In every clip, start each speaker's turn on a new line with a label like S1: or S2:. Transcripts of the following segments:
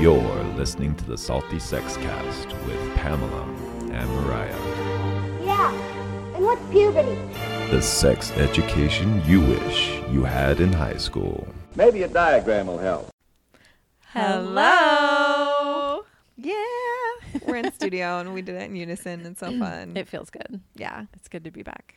S1: You're listening to the Salty Sex Cast with Pamela and Mariah.
S2: Yeah. And what's puberty?
S1: The sex education you wish you had in high school.
S3: Maybe a diagram will help.
S4: Hello.
S5: Yeah.
S4: We're in studio and we did it in unison. It's so fun.
S5: It feels good.
S4: yeah.
S5: It's good to be back.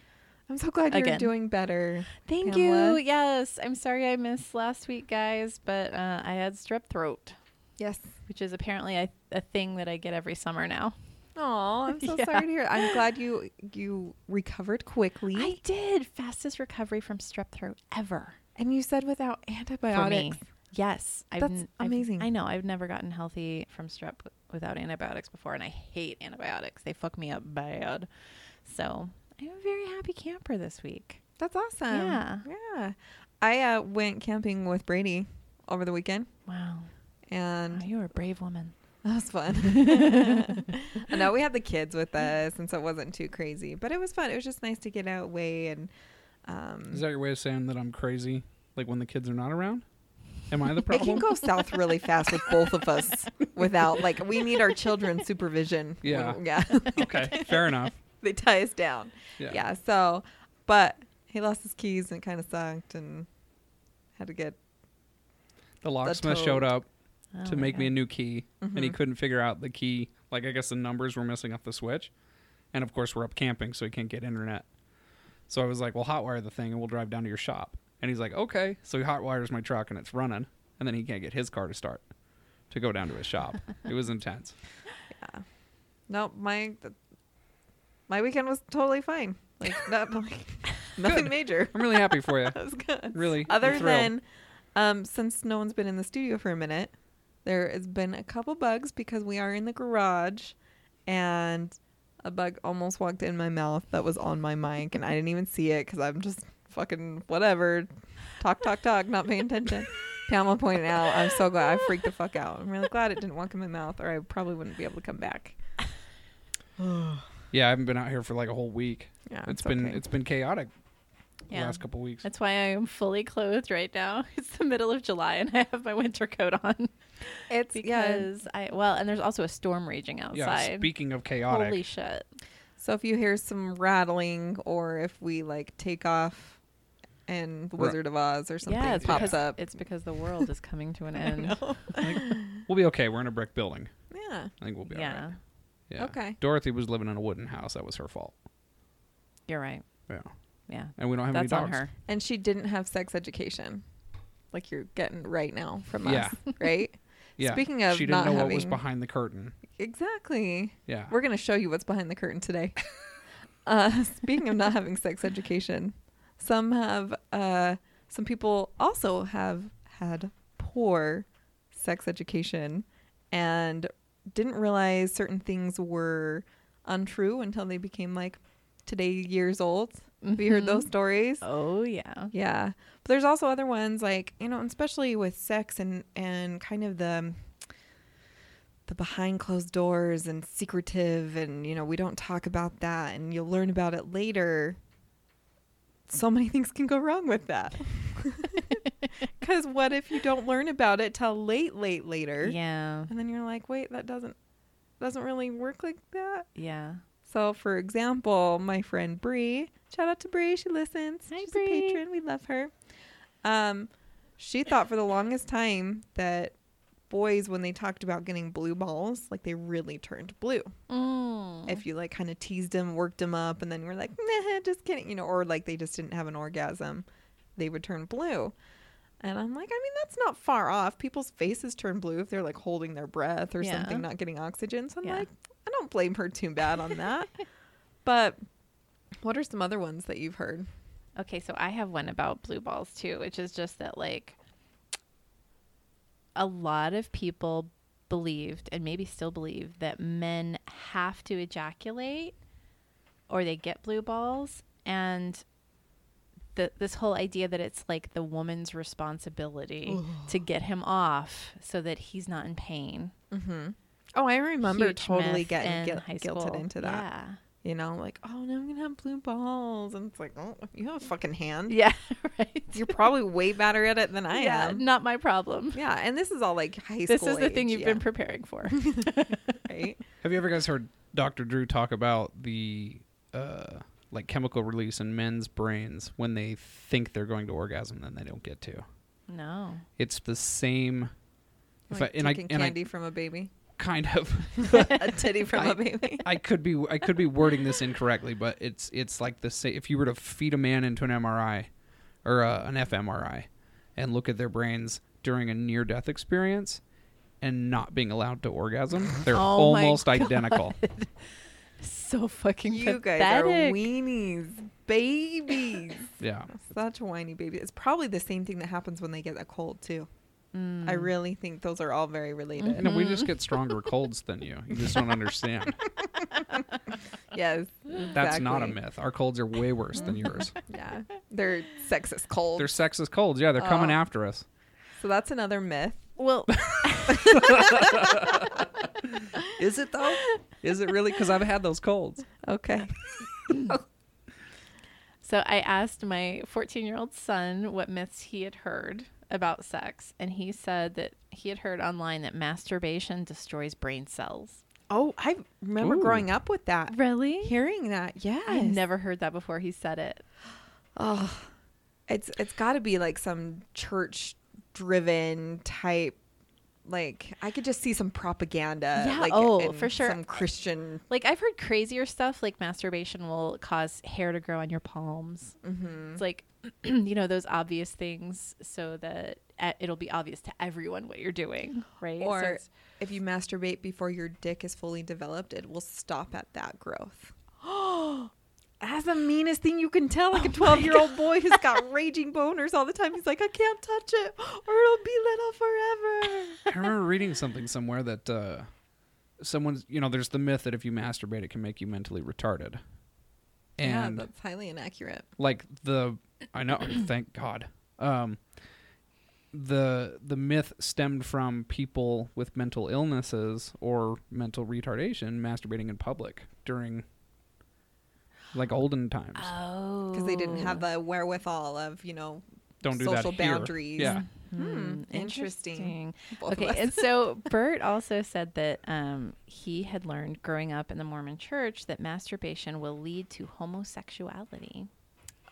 S4: I'm so glad you're
S5: Again.
S4: doing better.
S5: Thank
S4: Pamela.
S5: you. Yes. I'm sorry I missed last week, guys, but uh, I had strep throat,
S4: Yes.
S5: which is apparently a, a thing that I get every summer now.
S4: Oh, I'm so
S5: Yeah.
S4: sorry to hear. I'm glad you you recovered quickly.
S5: I did. Fastest recovery from strep throat ever
S4: and you said without
S5: for me.
S4: antibiotics.
S5: Yes. I've,
S4: That's
S5: n- I've-
S4: amazing.
S5: I know. I've never gotten healthy from strep w- without antibiotics before, and I hate antibiotics. They fuck me up bad. So I'm a very happy camper this week.
S4: That's awesome.
S5: Yeah.
S4: Yeah. I uh, went camping with Brady over the weekend
S5: Wow.
S4: and
S5: Wow, you are a brave woman.
S4: That was fun. I know we had the kids with us, and so it wasn't too crazy, but it was fun. It was just nice to get out way and um,
S6: Is that your way of saying that I'm crazy? Like when the kids are not around? Am I the
S4: it can
S6: problem?
S4: go south really fast with both of us without like we need our children's supervision.
S6: Yeah.
S4: We- yeah,
S6: okay, fair enough.
S4: they tie us down.
S6: Yeah.
S4: yeah, so but he lost his keys and it kind of sucked and had to get
S6: The locksmith
S4: toad.
S6: showed up
S5: Oh
S6: to
S5: my
S6: make me a
S5: God.
S6: new key, and he couldn't figure out the key. Like, I guess the numbers were messing up the switch. And of course, we're up camping, so he can't get internet. So I was like, well, hotwire the thing, and we'll drive down to your shop. And he's like, okay. So he hotwires my truck, and it's running. And then he can't get his car to start to go down to his shop. it was intense.
S4: no my my weekend was totally fine. Like not like nothing major.
S6: I'm really happy for you.
S4: That was good.
S6: Really. I'm
S4: Other
S6: thrilled.
S4: than, um, since no one's been in the studio for a minute, there has been a couple bugs because we are in the garage, and a bug almost walked in my mouth that was on my mic, and I didn't even see it because I'm just fucking whatever, talk talk talk, not paying attention. Pamela pointed out, I'm so glad I freaked the fuck out. I'm really glad it didn't walk in my mouth, or I probably wouldn't be able to come back.
S6: Yeah, I haven't been out here for like a whole week.
S4: Yeah,
S6: it's
S4: it's
S6: been
S4: okay.
S6: it's been chaotic the
S5: Yeah.
S6: last couple weeks.
S5: That's why I am fully clothed right now. It's the middle of July and I have my winter coat on
S4: It's yeah.
S5: because I well, and there's also a storm raging outside.
S6: Yeah, speaking of chaotic,
S5: Holy shit!
S4: So if you hear some rattling, or if we like take off, and The
S6: Right.
S4: Wizard of Oz or something
S5: yeah, it's
S4: pops
S5: because,
S4: up,
S5: It's because the world is coming to an end.
S6: we'll be okay. We're in a brick building.
S4: Yeah.
S6: I think we'll be all
S5: Yeah,
S6: right. Yeah.
S4: Okay.
S6: Dorothy was living in a wooden house. That was her fault.
S5: you're right.
S6: Yeah.
S5: Yeah,
S6: And we don't have
S5: that's
S6: any
S5: on
S6: dogs.
S5: her.
S4: And she didn't have sex education, like you're getting right now from
S6: Yeah.
S4: us, right?
S6: Yeah.
S4: Speaking of
S6: she didn't
S4: not
S6: know
S4: having
S6: what was behind the curtain.
S4: exactly,
S6: Yeah.
S4: we're gonna show you what's behind the curtain today. uh, speaking of not having sex education, some have, uh, some people also have had poor sex education and didn't realize certain things were untrue until they became like today years old. Have you heard those stories?
S5: Oh yeah,
S4: Yeah. But there's also other ones like, you know, and especially with sex and and kind of the the behind closed doors and secretive and you know, we don't talk about that and you'll learn about it later. So many things can go wrong with that. Cuz what if you don't learn about it till late late later?
S5: yeah,
S4: And then you're like, "Wait, that doesn't doesn't really work like that."
S5: yeah.
S4: So, for example, my friend Bree, shout out to Bree, she listens.
S5: Hi,
S4: She's
S5: Bree.
S4: a patron. We love her. Um, she thought for the longest time that boys, when they talked about getting blue balls, like they really turned blue.
S5: Mm.
S4: If you like kind of teased them, worked them up, and then were like, nah, just kidding, you know, or like they just didn't have an orgasm, they would turn blue. And I'm like, I mean, that's not far off. People's faces turn blue if they're like holding their breath or
S5: Yeah.
S4: something, not getting oxygen. So I'm
S5: Yeah.
S4: like, I don't blame her too bad on that. but what are some other ones that you've heard?
S5: Okay, so I have one about blue balls too, which is just that like a lot of people believed and maybe still believe that men have to ejaculate or they get blue balls and the, this whole idea that it's like the woman's responsibility to get him off so that he's not in pain.
S4: Oh, I remember
S5: Huge
S4: totally
S5: myth
S4: getting
S5: in
S4: guil-
S5: high
S4: guilted
S5: school.
S4: into that.
S5: Yeah.
S4: You know, like, oh, now I'm going to have blue balls. And it's like, oh, you have a fucking hand.
S5: Yeah, right.
S4: You're probably way better at it than I
S5: yeah,
S4: am.
S5: not my problem.
S4: Yeah. And this is all like high school.
S5: This is the thing
S4: age,
S5: you've
S4: yeah,
S5: been preparing for.
S4: right?
S6: Have you ever guys heard Dr. Drew talk about the uh, like chemical release in men's brains when they think they're going to orgasm, then they don't get to?
S5: no.
S6: It's the same. If
S4: Like
S6: I, and I
S4: taking
S6: and
S4: candy
S6: I
S4: from a baby,
S6: kind of
S4: a titty from a baby.
S6: I could be I could be wording this incorrectly, but it's it's like the same. If you were to feed a man into an MRI or uh, an fMRI and look at their brains during a near death experience and not being allowed to orgasm, they're
S5: Oh my
S6: almost identical.
S5: So fucking
S4: You guys are
S5: pathetic.
S4: weenies, babies.
S6: Yeah.
S4: Such whiny babies. It's probably the same thing that happens when they get a cold too. I really think those are all very related.
S6: And we just get stronger colds than you. You just don't understand.
S4: Yes,
S6: That's not a
S4: exactly.
S6: myth. Our colds are way worse than yours.
S4: Yeah, they're sexist cold.
S6: They're sexist colds. Yeah, they're
S5: Oh.
S6: coming after us.
S4: So that's another myth.
S5: Well,
S6: Is it though? Is it really? Because I've had those colds.
S4: Okay.
S5: so I asked my 14 year old son what myths he had heard about sex, and he said that he had heard online that masturbation destroys brain cells.
S4: Oh, I remember
S6: Ooh.
S4: growing up with that.
S5: Really?
S4: Hearing that, yeah,
S5: I never heard that before he said it.
S4: It's it's got to be like some church-driven type. Like I could just see some propaganda.
S5: Yeah,
S4: like,
S5: oh,
S4: and
S5: for sure.
S4: Some Christian
S5: Like I've heard crazier stuff, like masturbation will cause hair to grow on your palms. It's like, you know, those obvious things, so that uh, it'll be obvious to everyone what you're doing, right? So
S4: Or
S5: it's-
S4: if you masturbate before your dick is fully developed, it will stop at that growth. That's the meanest thing you can tell like a 12 year old boy who's got raging boners all the time. He's like, I can't touch it or it'll be little forever.
S6: I remember reading something somewhere that uh, someone's, you know, there's the myth that if you masturbate, it can make you mentally retarded. And
S4: yeah, that's highly inaccurate.
S6: like the I know, thank God. Um the the myth stemmed from people with mental illnesses or mental retardation masturbating in public during like olden times.
S4: Uh, Because they didn't have the wherewithal of, you know,
S6: Don't do
S4: social
S6: that here.
S4: boundaries.
S6: Yeah.
S4: Hmm, interesting.
S5: Interesting.
S4: Both of
S5: okay,
S4: us.
S5: and so Bert also said that um, he had learned growing up in the Mormon church that masturbation will lead to homosexuality.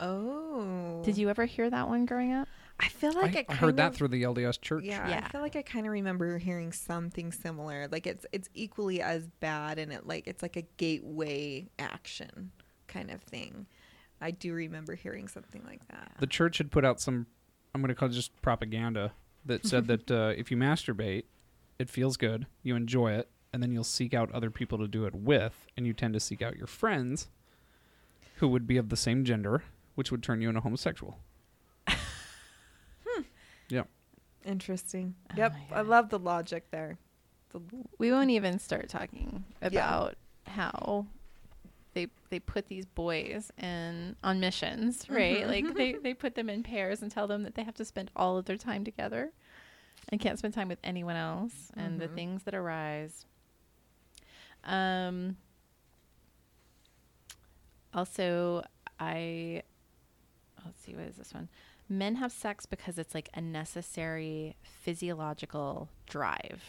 S4: Oh.
S5: Did you ever hear that one growing up?
S4: I feel like
S6: I,
S4: it
S6: I
S4: kind
S6: heard that
S4: of-
S6: through the LDS church.
S4: Yeah,
S5: Yeah.
S4: I feel like I kind of remember hearing something similar. Like it's it's equally as bad, and it like it's like a gateway action kind of thing. I do remember hearing something like that.
S6: The church had put out some I'm going to call it just propaganda that said that uh, if you masturbate, it feels good, you enjoy it, and then you'll seek out other people to do it with, and you tend to seek out your friends who would be of the same gender, which would turn you into homosexual.
S4: Hmm.
S6: Yep.
S4: Interesting.
S5: Oh
S4: Yep,
S5: my
S4: I
S5: God.
S4: love the logic there. The,
S5: We won't even start talking about
S4: about
S5: how they they put these boys in on missions, right? Like they, they put them in pairs and tell them that they have to spend all of their time together and can't spend time with anyone else and the things that arise. Um also I let's see what is this one? Men have sex because it's like a necessary physiological drive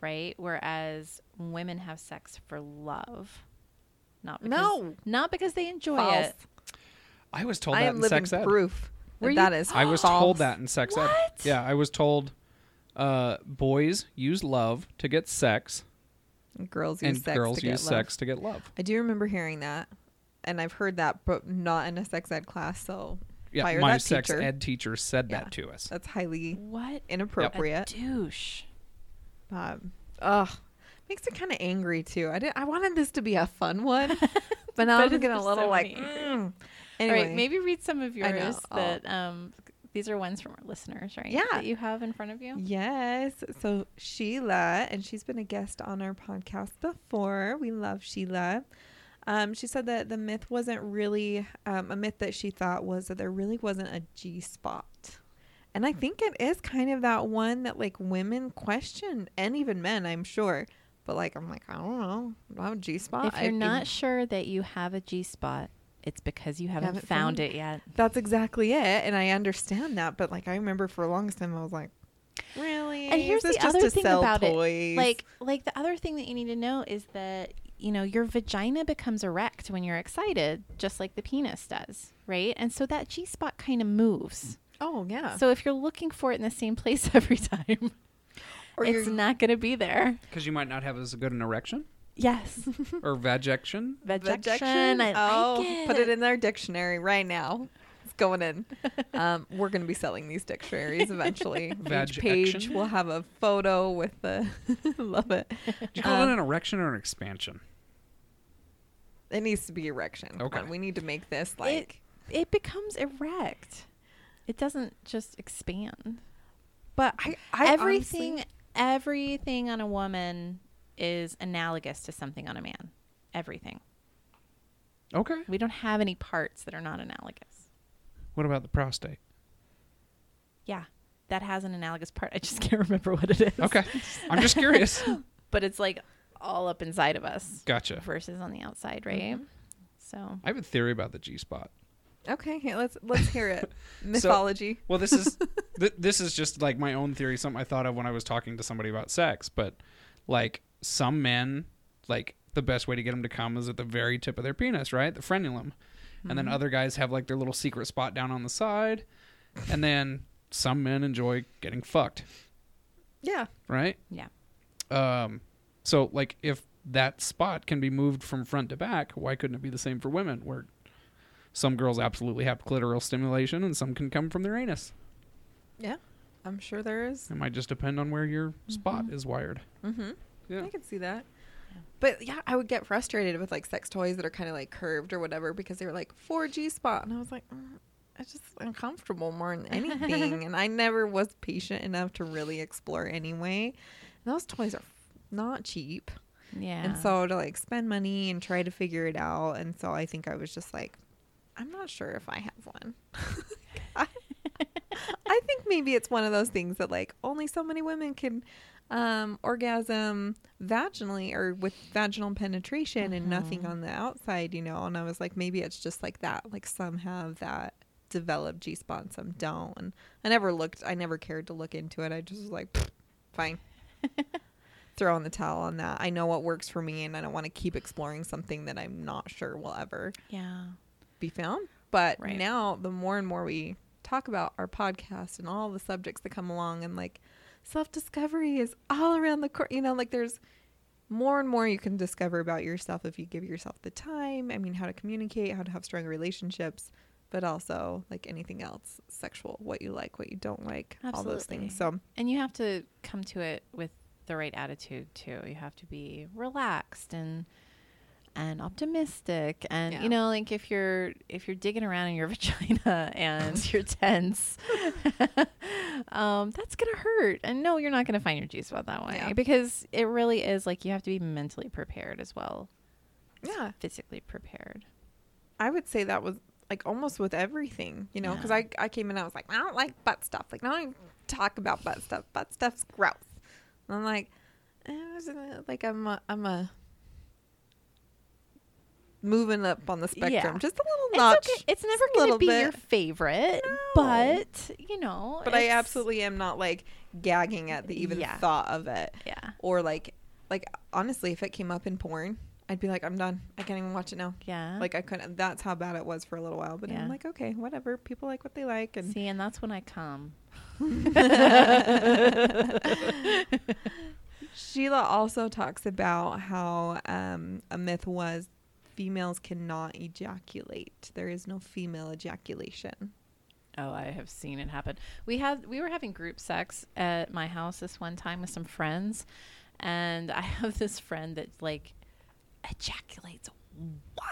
S5: right? Whereas women have sex for love, not because,
S4: No.
S5: not because they enjoy
S4: False.
S5: it.
S6: I was told
S4: I
S6: that
S4: am
S6: in
S4: living
S6: sex ed.
S4: proof
S5: Were
S4: that
S5: you-
S4: that is.
S6: I was
S4: false.
S6: told that in sex ed.
S5: What?
S6: Yeah, I was told uh, boys use love to get sex,
S4: Girls use
S6: and
S4: sex
S6: girls
S4: to get
S6: use
S4: love.
S6: sex to get love.
S4: I do remember hearing that, and I've heard that, but not in a sex ed class. So
S6: Yeah,
S4: fire
S6: my
S4: that
S6: sex
S4: teacher.
S6: ed teacher said
S4: Yeah.
S6: that to us.
S4: That's highly
S5: What a
S4: inappropriate.
S5: douche!
S4: Um, ugh, makes it kind of angry too. I did I wanted this to be a fun one, but now
S5: But
S4: I'm
S5: it's
S4: getting a
S5: just
S4: little
S5: so
S4: like.
S5: many.
S4: Mm.
S5: All
S4: Anyway,
S5: right, maybe read some of
S4: I know,
S5: yours
S4: I'll-
S5: that um, these are ones from our listeners, right?
S4: Yeah.
S5: that you have in front of you.
S4: Yes. So Sheila, and she's been a guest on our podcast before. We love Sheila. Um, she said that the myth wasn't really um, a myth that she thought was that there really wasn't a G spot. And
S5: Hmm.
S4: I think it is kind of that one that like women question and even men, I'm sure. But like, I'm like, I don't know. Do I have a G spot?
S5: If
S4: I-
S5: you're not sure that you have a G spot, it's because you haven't,
S4: Haven't
S5: found,
S4: found
S5: it yet.
S4: that's exactly it. And I understand that. But like, I remember for the longest time, I was like, really?
S5: And here's
S4: Is this
S5: the other
S4: just to
S5: thing
S4: sell
S5: about
S4: toys?
S5: it. Like like the other thing that you need to know is that you know your vagina becomes erect when you're excited, just like the penis does, right? And so that G spot kind of moves.
S4: oh yeah.
S5: So if you're looking for it in the same place every time,
S4: Or
S5: it's
S4: you're-
S5: not going to be there.
S6: Because you might not have as good an erection
S5: Yes,
S4: Hmm.
S6: or vajection.
S5: vegetation. I
S4: oh,
S5: like
S4: put it in their dictionary right now. It's going in. Um, we're going to be selling these dictionaries eventually. Each
S6: Vag
S4: page
S6: action.
S4: will have a photo with the love it.
S6: Do you call
S4: Uh,
S6: it an erection or an expansion?
S4: It needs to be erection. Come
S6: Okay.
S4: on, we need to make this like.
S5: it, it becomes erect. It doesn't just expand.
S4: but I, I
S5: everything
S4: honestly-
S5: everything on a woman is analogous to something on a man. Everything.
S6: Okay.
S5: We don't have any parts that are not analogous.
S6: What about the prostate?
S5: Yeah. That has an analogous part. I just can't remember what it is.
S6: Okay. I'm just curious.
S5: But it's like all up inside of us
S6: Gotcha.
S5: versus on the outside, right?
S4: Mm-hmm.
S5: So
S6: I have a theory about the G spot.
S4: okay, here, let's let's hear it. Mythology.
S6: Well, this is th- this is just like my own theory, something I thought of when I was talking to somebody about sex. But like some men, like the best way to get them to come is at the very tip of their penis, right? The frenulum, and then other guys have like their little secret spot down on the side, and then some men enjoy getting fucked,
S4: yeah.
S6: right?
S5: yeah.
S6: Um, so like if that spot can be moved from front to back, why couldn't it be the same for women? Where some girls absolutely have clitoral stimulation, and some can come from their anus.
S4: Yeah. I'm sure there is.
S6: It might just depend on where your spot is wired.
S4: Mm-hmm.
S6: Yeah.
S4: I can see that. But yeah, I would get frustrated with like sex toys that are kind of like curved or whatever because they were like 4G spot. And I was like, mm, it's just uncomfortable more than anything. and I never was patient enough to really explore anyway. And those toys are not cheap.
S5: Yeah.
S4: And so to like spend money and try to figure it out. And so I think I was just like, I'm not sure if I have one. I, I think maybe it's one of those things that like only so many women can um, orgasm vaginally or with vaginal penetration and nothing on the outside, you know. And I was like, maybe it's just like that. Like some have that developed G spot and some don't. And I never looked, I never cared to look into it. I just was like, "Pfft, fine throwing the towel on that. I know what works for me, and I don't want to keep exploring something that I'm not sure will ever
S5: yeah.
S4: be found. But
S5: Right.
S4: now, the more and more we talk about our podcast and all the subjects that come along, and like self discovery is all around the corner. You know, like there's more and more you can discover about yourself if you give yourself the time. I mean, how to communicate, how to have strong relationships, but also like anything else sexual, what you like, what you don't like, all those things. So,
S5: Absolutely. And you have to come to it with the right attitude too. You have to be relaxed and and optimistic and
S4: Yeah.
S5: you know like if you're if you're digging around in your vagina and you're tense um that's gonna hurt and no you're not gonna find your juice about that way
S4: Yeah.
S5: because it really is like you have to be mentally prepared as well
S4: yeah.
S5: physically prepared
S4: I would say that was like almost with everything, you know, because I, I came in and I was like, I don't like butt stuff. Like, I don't even talk about butt stuff. Butt stuff's gross. And I'm like, eh, isn't it- like I'm a, I'm a moving up on the spectrum
S5: Yeah.
S4: just a little
S5: it's,
S4: notch.
S5: okay. it's
S4: just a
S5: never gonna
S4: little
S5: be
S4: bit.
S5: your favorite but you know
S4: But I
S5: it's-
S4: absolutely am not like gagging at the even
S5: Yeah.
S4: thought of it.
S5: yeah
S4: Or like, like honestly, if it came up in porn, I'd be like, I'm done. I can't even watch it now.
S5: yeah
S4: Like I couldn't. That's how bad it was for a little while. But
S5: Yeah.
S4: I'm like, okay, whatever. People like what they like, and
S5: See, and that's when I come.
S4: Sheila also talks about how um, a myth was females cannot ejaculate. There is no female ejaculation.
S5: Oh, I have seen it happen. We had we were having group sex at my house this one time with some friends, and I have this friend that like ejaculates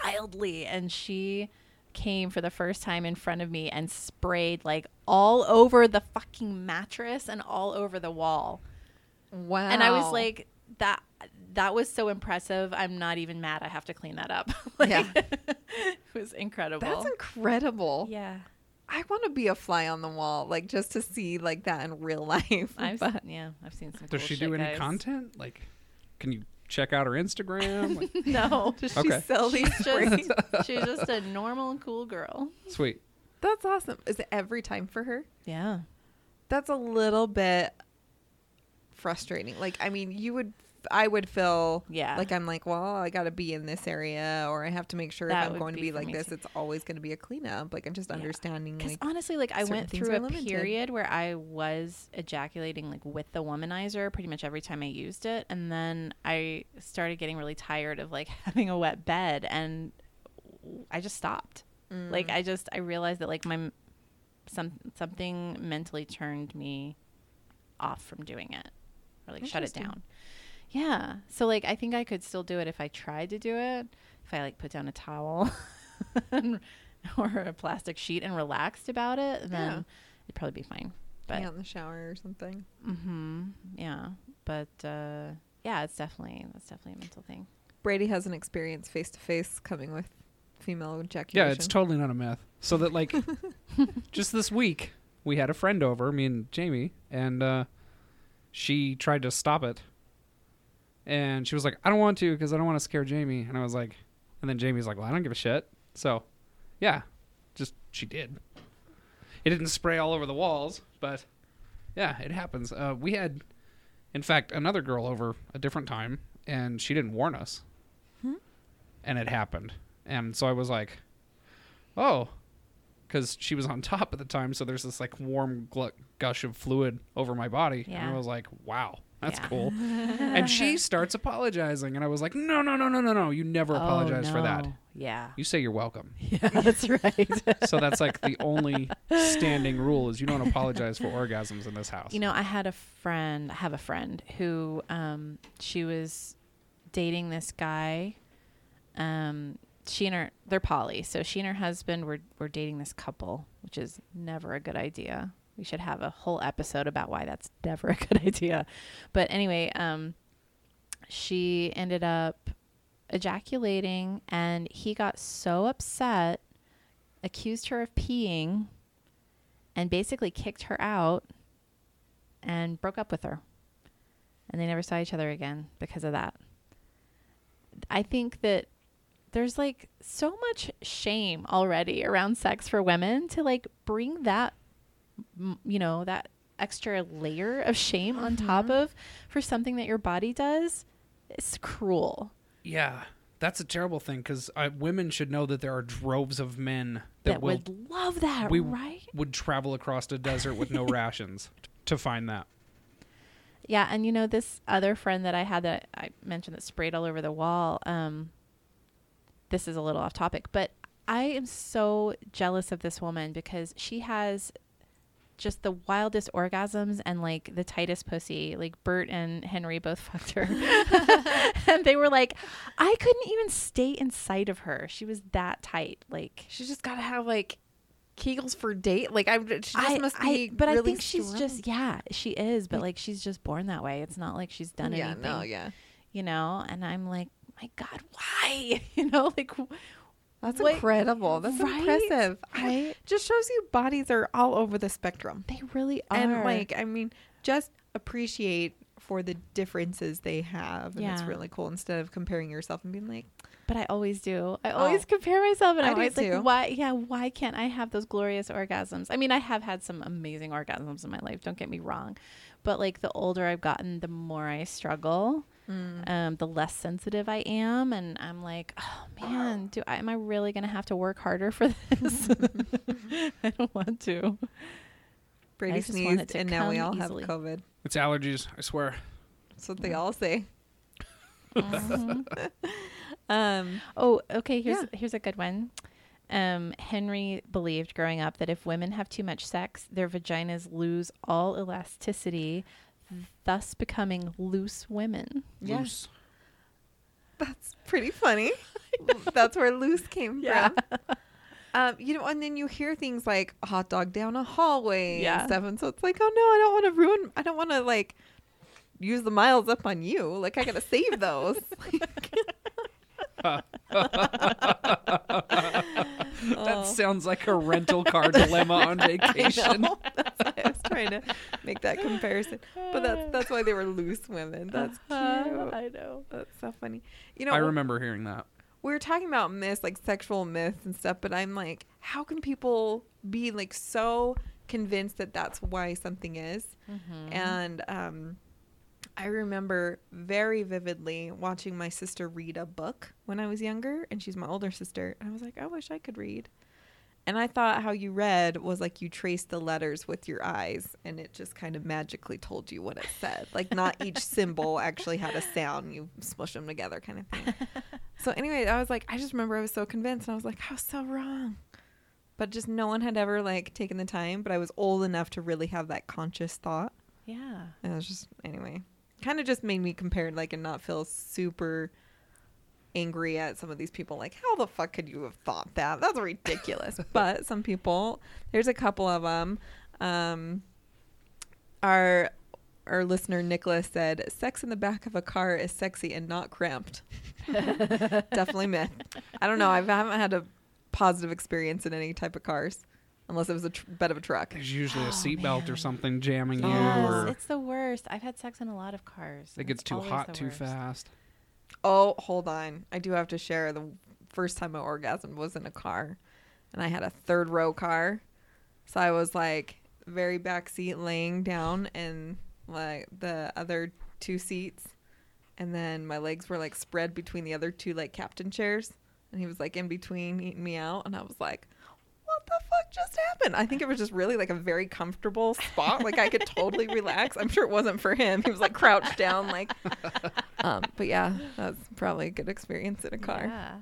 S5: wildly, and she came for the first time in front of me and sprayed like all over the fucking mattress and all over the wall.
S4: Wow.
S5: And I was like, that that was so impressive. I'm not even mad. I have to clean that up. Like,
S4: Yeah.
S5: it was incredible.
S4: that's incredible.
S5: yeah.
S4: I want to be a fly on the wall, like just to see like that in real life.
S5: I've
S4: But-
S5: yeah, I've seen some.
S6: Does
S5: cool
S6: she
S5: shit,
S6: do any
S5: guys.
S6: content? Like, can you check out her Instagram? Like,
S5: No.
S4: Does she
S6: Okay.
S4: sell these
S5: She's
S4: springs?
S5: just, she's just a normal and cool girl.
S6: sweet.
S4: That's awesome. Is it every time for her?
S5: Yeah.
S4: That's a little bit frustrating. Like, I mean, you would, I would feel
S5: Yeah.
S4: like I'm like, well, I got to be in this area or I have to make sure
S5: That
S4: if I'm
S5: would
S4: going to
S5: be
S4: be
S5: for
S4: like
S5: me
S4: this,
S5: too.
S4: it's always going to be a cleanup. Like, I'm just understanding,
S5: Because
S4: like,
S5: honestly, like I
S4: certain
S5: went
S4: things
S5: through
S4: are
S5: a
S4: limited.
S5: period where I was ejaculating like with the womanizer pretty much every time I used it, and then I started getting really tired of like having a wet bed, and I just stopped.
S4: Mm.
S5: Like I just I realized that like my some something mentally turned me off from doing it, or like shut it
S4: Interesting.
S5: down. Yeah. So like I think I could still do it if I tried to do it. If I like put down a towel and, or a plastic sheet and relaxed about it, then
S4: Yeah.
S5: it'd probably be fine. But
S4: being out in the shower or something.
S5: hmm yeah. But uh, yeah, it's definitely that's definitely a mental thing.
S4: Brady has an experience face to face coming with female ejaculation.
S6: Yeah, it's totally not a myth. So that like just this week we had a friend over, me and Jamie, and uh she tried to stop it. And she was like, "I don't want to because I don't want to scare Jamie." And I was like, and then Jamie's like, "Well, I don't give a shit." So, yeah, just she did. It didn't spray all over the walls, but yeah, it happens. Uh, we had, in fact, another girl over a different time, and she didn't warn us,
S5: Hmm?
S6: and it happened. And so I was like, "Oh," because she was on top at the time, so there's this like warm gl- gush of fluid over my body, and
S5: Yeah.
S6: I was like, "Wow, that's
S5: Yeah.
S6: cool." and she starts apologizing, and I was like, "No, no, no, no, no, no! You never
S5: Oh,
S6: apologize for that.
S5: Yeah.
S6: You say you're welcome."
S5: Yeah, that's right.
S6: So that's like the only standing rule is you don't apologize for orgasms in this house.
S5: You know, I had a friend, I have a friend who um, she was dating this guy. Um, she and her, they're poly. So she and her husband were, were dating this couple, which is never a good idea. We should have a whole episode about why that's never a good idea. But anyway, um, she ended up ejaculating and he got so upset, accused her of peeing, and basically kicked her out and broke up with her. And they never saw each other again because of that. I think that there's like so much shame already around sex for women to like bring that, m- you know, that extra layer of shame on
S6: Mm-hmm.
S5: top of for something that your body does. It's cruel.
S6: yeah, that's a terrible thing because women should know that there are droves of men that,
S5: That,
S6: will
S5: would love that,
S6: we
S5: right?
S6: would travel across a desert with no rations t- to find that.
S5: Yeah, and you know this other friend that I had that I mentioned that sprayed all over the wall. Um, this is a little off topic, but I am so jealous of this woman because she has just the wildest orgasms and like the tightest pussy. Like Bert and Henry both fucked her, and they were like, I couldn't even stay inside of her. She was that tight. Like
S4: She's just got to have like Kegels for date. Like I, she just
S5: I,
S4: must
S5: I-
S4: be.
S5: but I
S4: really
S5: think she's
S4: strong. Mm.
S5: just yeah, she is, but like she's just born that way. It's not like she's done
S4: yeah,
S5: anything
S4: no, yeah.
S5: you know and i'm like my god why you know like w-
S4: That's
S5: What-
S4: incredible. That's
S5: Right?
S4: impressive. I-
S5: Right?
S4: just shows you bodies are all over the spectrum.
S5: they really are
S4: And like, I mean, just appreciate for the differences they have. And it's
S5: Yeah.
S4: really cool instead of comparing yourself and being like,
S5: but i always do i always compare myself and
S4: I
S5: i'm
S4: do
S5: always
S4: too.
S5: like why yeah why can't i have those glorious orgasms i mean i have had some amazing orgasms in my life don't get me wrong but like the older i've gotten the more i struggle um, the less sensitive i am and i'm like oh man do i am i really gonna have to work harder for this i don't want to
S4: Brady
S5: just want it
S4: sneezed
S5: to
S4: and now we
S5: come
S4: all
S5: easily.
S4: have COVID.
S6: It's allergies, I swear.
S4: That's what they all say.
S5: Uh-huh.
S4: um,
S5: Oh, okay. Here's
S4: Yeah.
S5: here's a good one. Um, Henry believed growing up that if women have too much sex, their vaginas lose all elasticity, thus becoming loose women.
S4: Yeah.
S6: Loose.
S4: That's pretty funny. That's where loose came
S5: Yeah.
S4: from. Um, you know, and then you hear things like hot dog down a hallway
S5: Yeah.
S4: and stuff, and so it's like, oh no, I don't want to ruin, I don't want to like use the miles up on you. Like I gotta save those.
S5: Oh.
S6: That sounds like a rental car dilemma on vacation.
S4: I was trying trying to make that comparison. But that's that's why they were loose women. That's
S5: Uh,
S4: cute.
S5: I know.
S4: That's so funny. You know,
S6: I remember hearing that.
S4: we were talking about myths, like sexual myths and stuff, but I'm like, how can people be like so convinced that that's why something is? And um, I remember very vividly watching my sister read a book when I was younger, and she's my older sister. And I was like, I wish I could read. And I thought how you read was like you traced the letters with your eyes, and it just kind of magically told you what it said. Like not each symbol actually had a sound; you smush them together, kind of thing. So anyway, I was like, I just remember I was so convinced, and I was like, I was so wrong. But just no one had ever like taken the time. But I was old enough to really have that conscious thought,
S5: Yeah.
S4: and it was just anyway, kind of just made me compare like and not feel super angry at some of these people. Like, how the fuck could you have thought that? That's ridiculous. but some people, there's a couple of them. Um, our our listener Nicholas said, "Sex in the back of a car is sexy and not cramped." Definitely myth. I don't know. I've, I haven't had a positive experience in any type of cars, unless it was a tr- bed of a truck.
S6: There's usually a
S5: Oh,
S6: seatbelt or
S5: man.
S6: something jamming you,
S5: Yes,
S6: or
S5: it's the worst. I've had sex in a lot of cars.
S6: it
S5: and
S6: gets
S5: it's
S6: too
S5: always
S6: hot
S5: the
S6: too
S5: worst.
S6: fast.
S4: Oh, hold on. I do have to share the first time I orgasmed was in a car, and I had a third row car, so I was like very back seat, laying down, and like the other two seats, and then my legs were like spread between the other two like captain chairs, and he was like in between eating me out, and I was like. What the fuck just happened? I think it was just really like a very comfortable spot. Like I could totally relax. I'm sure it wasn't for him. He was like crouched down, like um, but yeah, that's probably a good experience in a car.
S5: Yeah.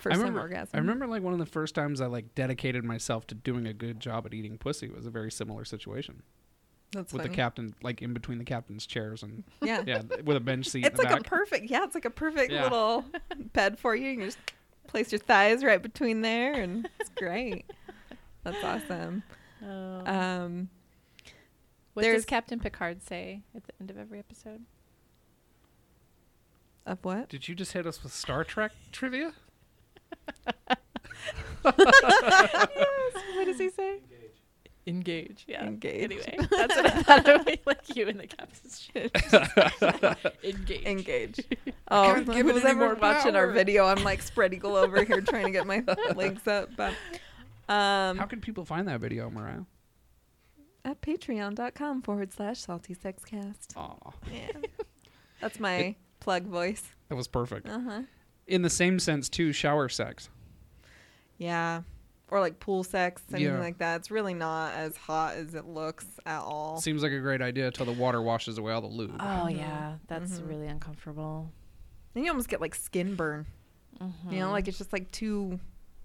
S4: First
S6: I remember,
S4: time orgasm.
S6: I remember like one of the first times I like dedicated myself to doing a good job at eating pussy was a very similar situation
S4: that's
S6: with the
S4: funny.
S6: captain, like in between the captain's chairs and
S4: Yeah.
S6: yeah, th- with a bench seat. in
S4: It's
S6: the
S4: like a
S6: back.
S4: perfect, yeah, it's like a perfect
S6: Yeah.
S4: little bed for you. You can just place your thighs right between there, and it's great. that's awesome.
S5: Oh.
S4: Um,
S5: what
S4: there's-
S5: does Captain Picard say at the end of every episode?
S4: of what?
S6: Did you just hit us with Star Trek trivia?
S5: what does he say? Engage. Yeah.
S4: Engage.
S5: Anyway, that's what I thought of when, like you in the captain's chair. Engage.
S4: Engage. Oh,
S6: can't give it
S4: who's
S6: any
S4: ever
S6: more
S4: watching our
S6: power.
S4: video? I'm like spread eagle over here trying to get my legs up. But um,
S6: How can people find that video, Mariah?
S4: at patreon.com forward slash salty sexcast.
S6: Aw,
S4: Yeah. That's my plug voice.
S6: that was perfect.
S4: Uh huh.
S6: In the same sense, too, shower sex.
S4: Yeah. Or like pool sex, anything
S6: Yeah.
S4: like that. It's really not as hot as it looks at all.
S6: Seems like a great idea till the water washes away all the lube.
S5: Oh yeah, that's really uncomfortable.
S4: And you almost get like skin burn. You know,
S5: Mm-hmm.
S4: like it's just like two,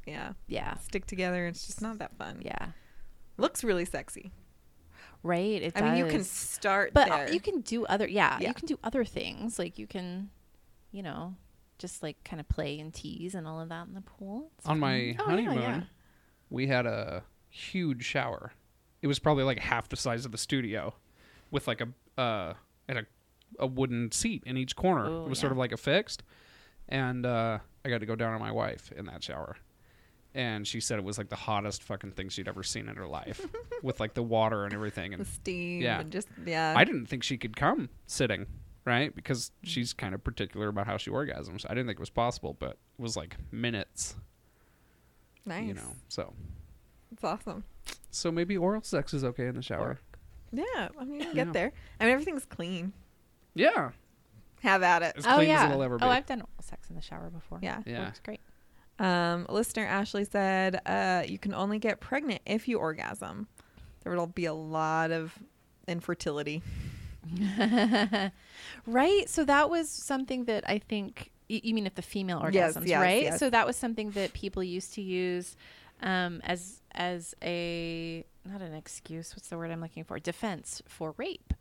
S4: yeah,
S5: Yeah.
S4: stick together. It's just not that fun.
S5: Yeah.
S4: Looks really sexy.
S5: Right. It
S4: I mean, you can
S5: does.
S4: start
S5: but uh,
S4: there.
S5: you can do other yeah,
S4: Yeah.
S5: you can do other things like you can you know just like kind of play and tease and all of that in the pool It's
S6: On
S5: fun.
S6: my
S5: Oh, yeah,
S6: honeymoon,
S5: yeah.
S6: we had a huge shower. It was probably like half the size of the studio, with like a uh, and a a wooden seat in each corner.
S5: Oh,
S6: it was
S5: yeah.
S6: sort of like a fixed, and uh, I got to go down on my wife in that shower, and she said it was like the hottest fucking thing she'd ever seen in her life, with like the water and everything.
S4: the
S6: And
S4: steam
S6: Yeah.
S4: and just, yeah.
S6: I didn't think she could come sitting, right? Because
S5: Mm.
S6: she's kind of particular about how she orgasms. I didn't think it was possible, but it was like minutes,
S4: nice.
S6: you know. So,
S4: It's awesome.
S6: so maybe oral sex is okay in the shower.
S4: Yeah. I mean, you can get
S6: Yeah.
S4: there. I mean, everything's clean.
S6: Yeah,
S4: Have at it.
S6: as
S5: oh
S6: clean
S5: yeah
S6: as it'll ever be.
S5: oh I've done oral sex in the shower before
S4: Yeah.
S6: Yeah.
S5: works great
S4: Um, listener Ashley said, uh, "You can only get pregnant if you orgasm. There will be a lot of infertility."
S5: right so that was something that I think y- you mean if the female orgasms
S4: Yes, yes,
S5: right
S4: yes.
S5: so that was something that people used to use um, as as a not an excuse what's the word I'm looking for defense for rape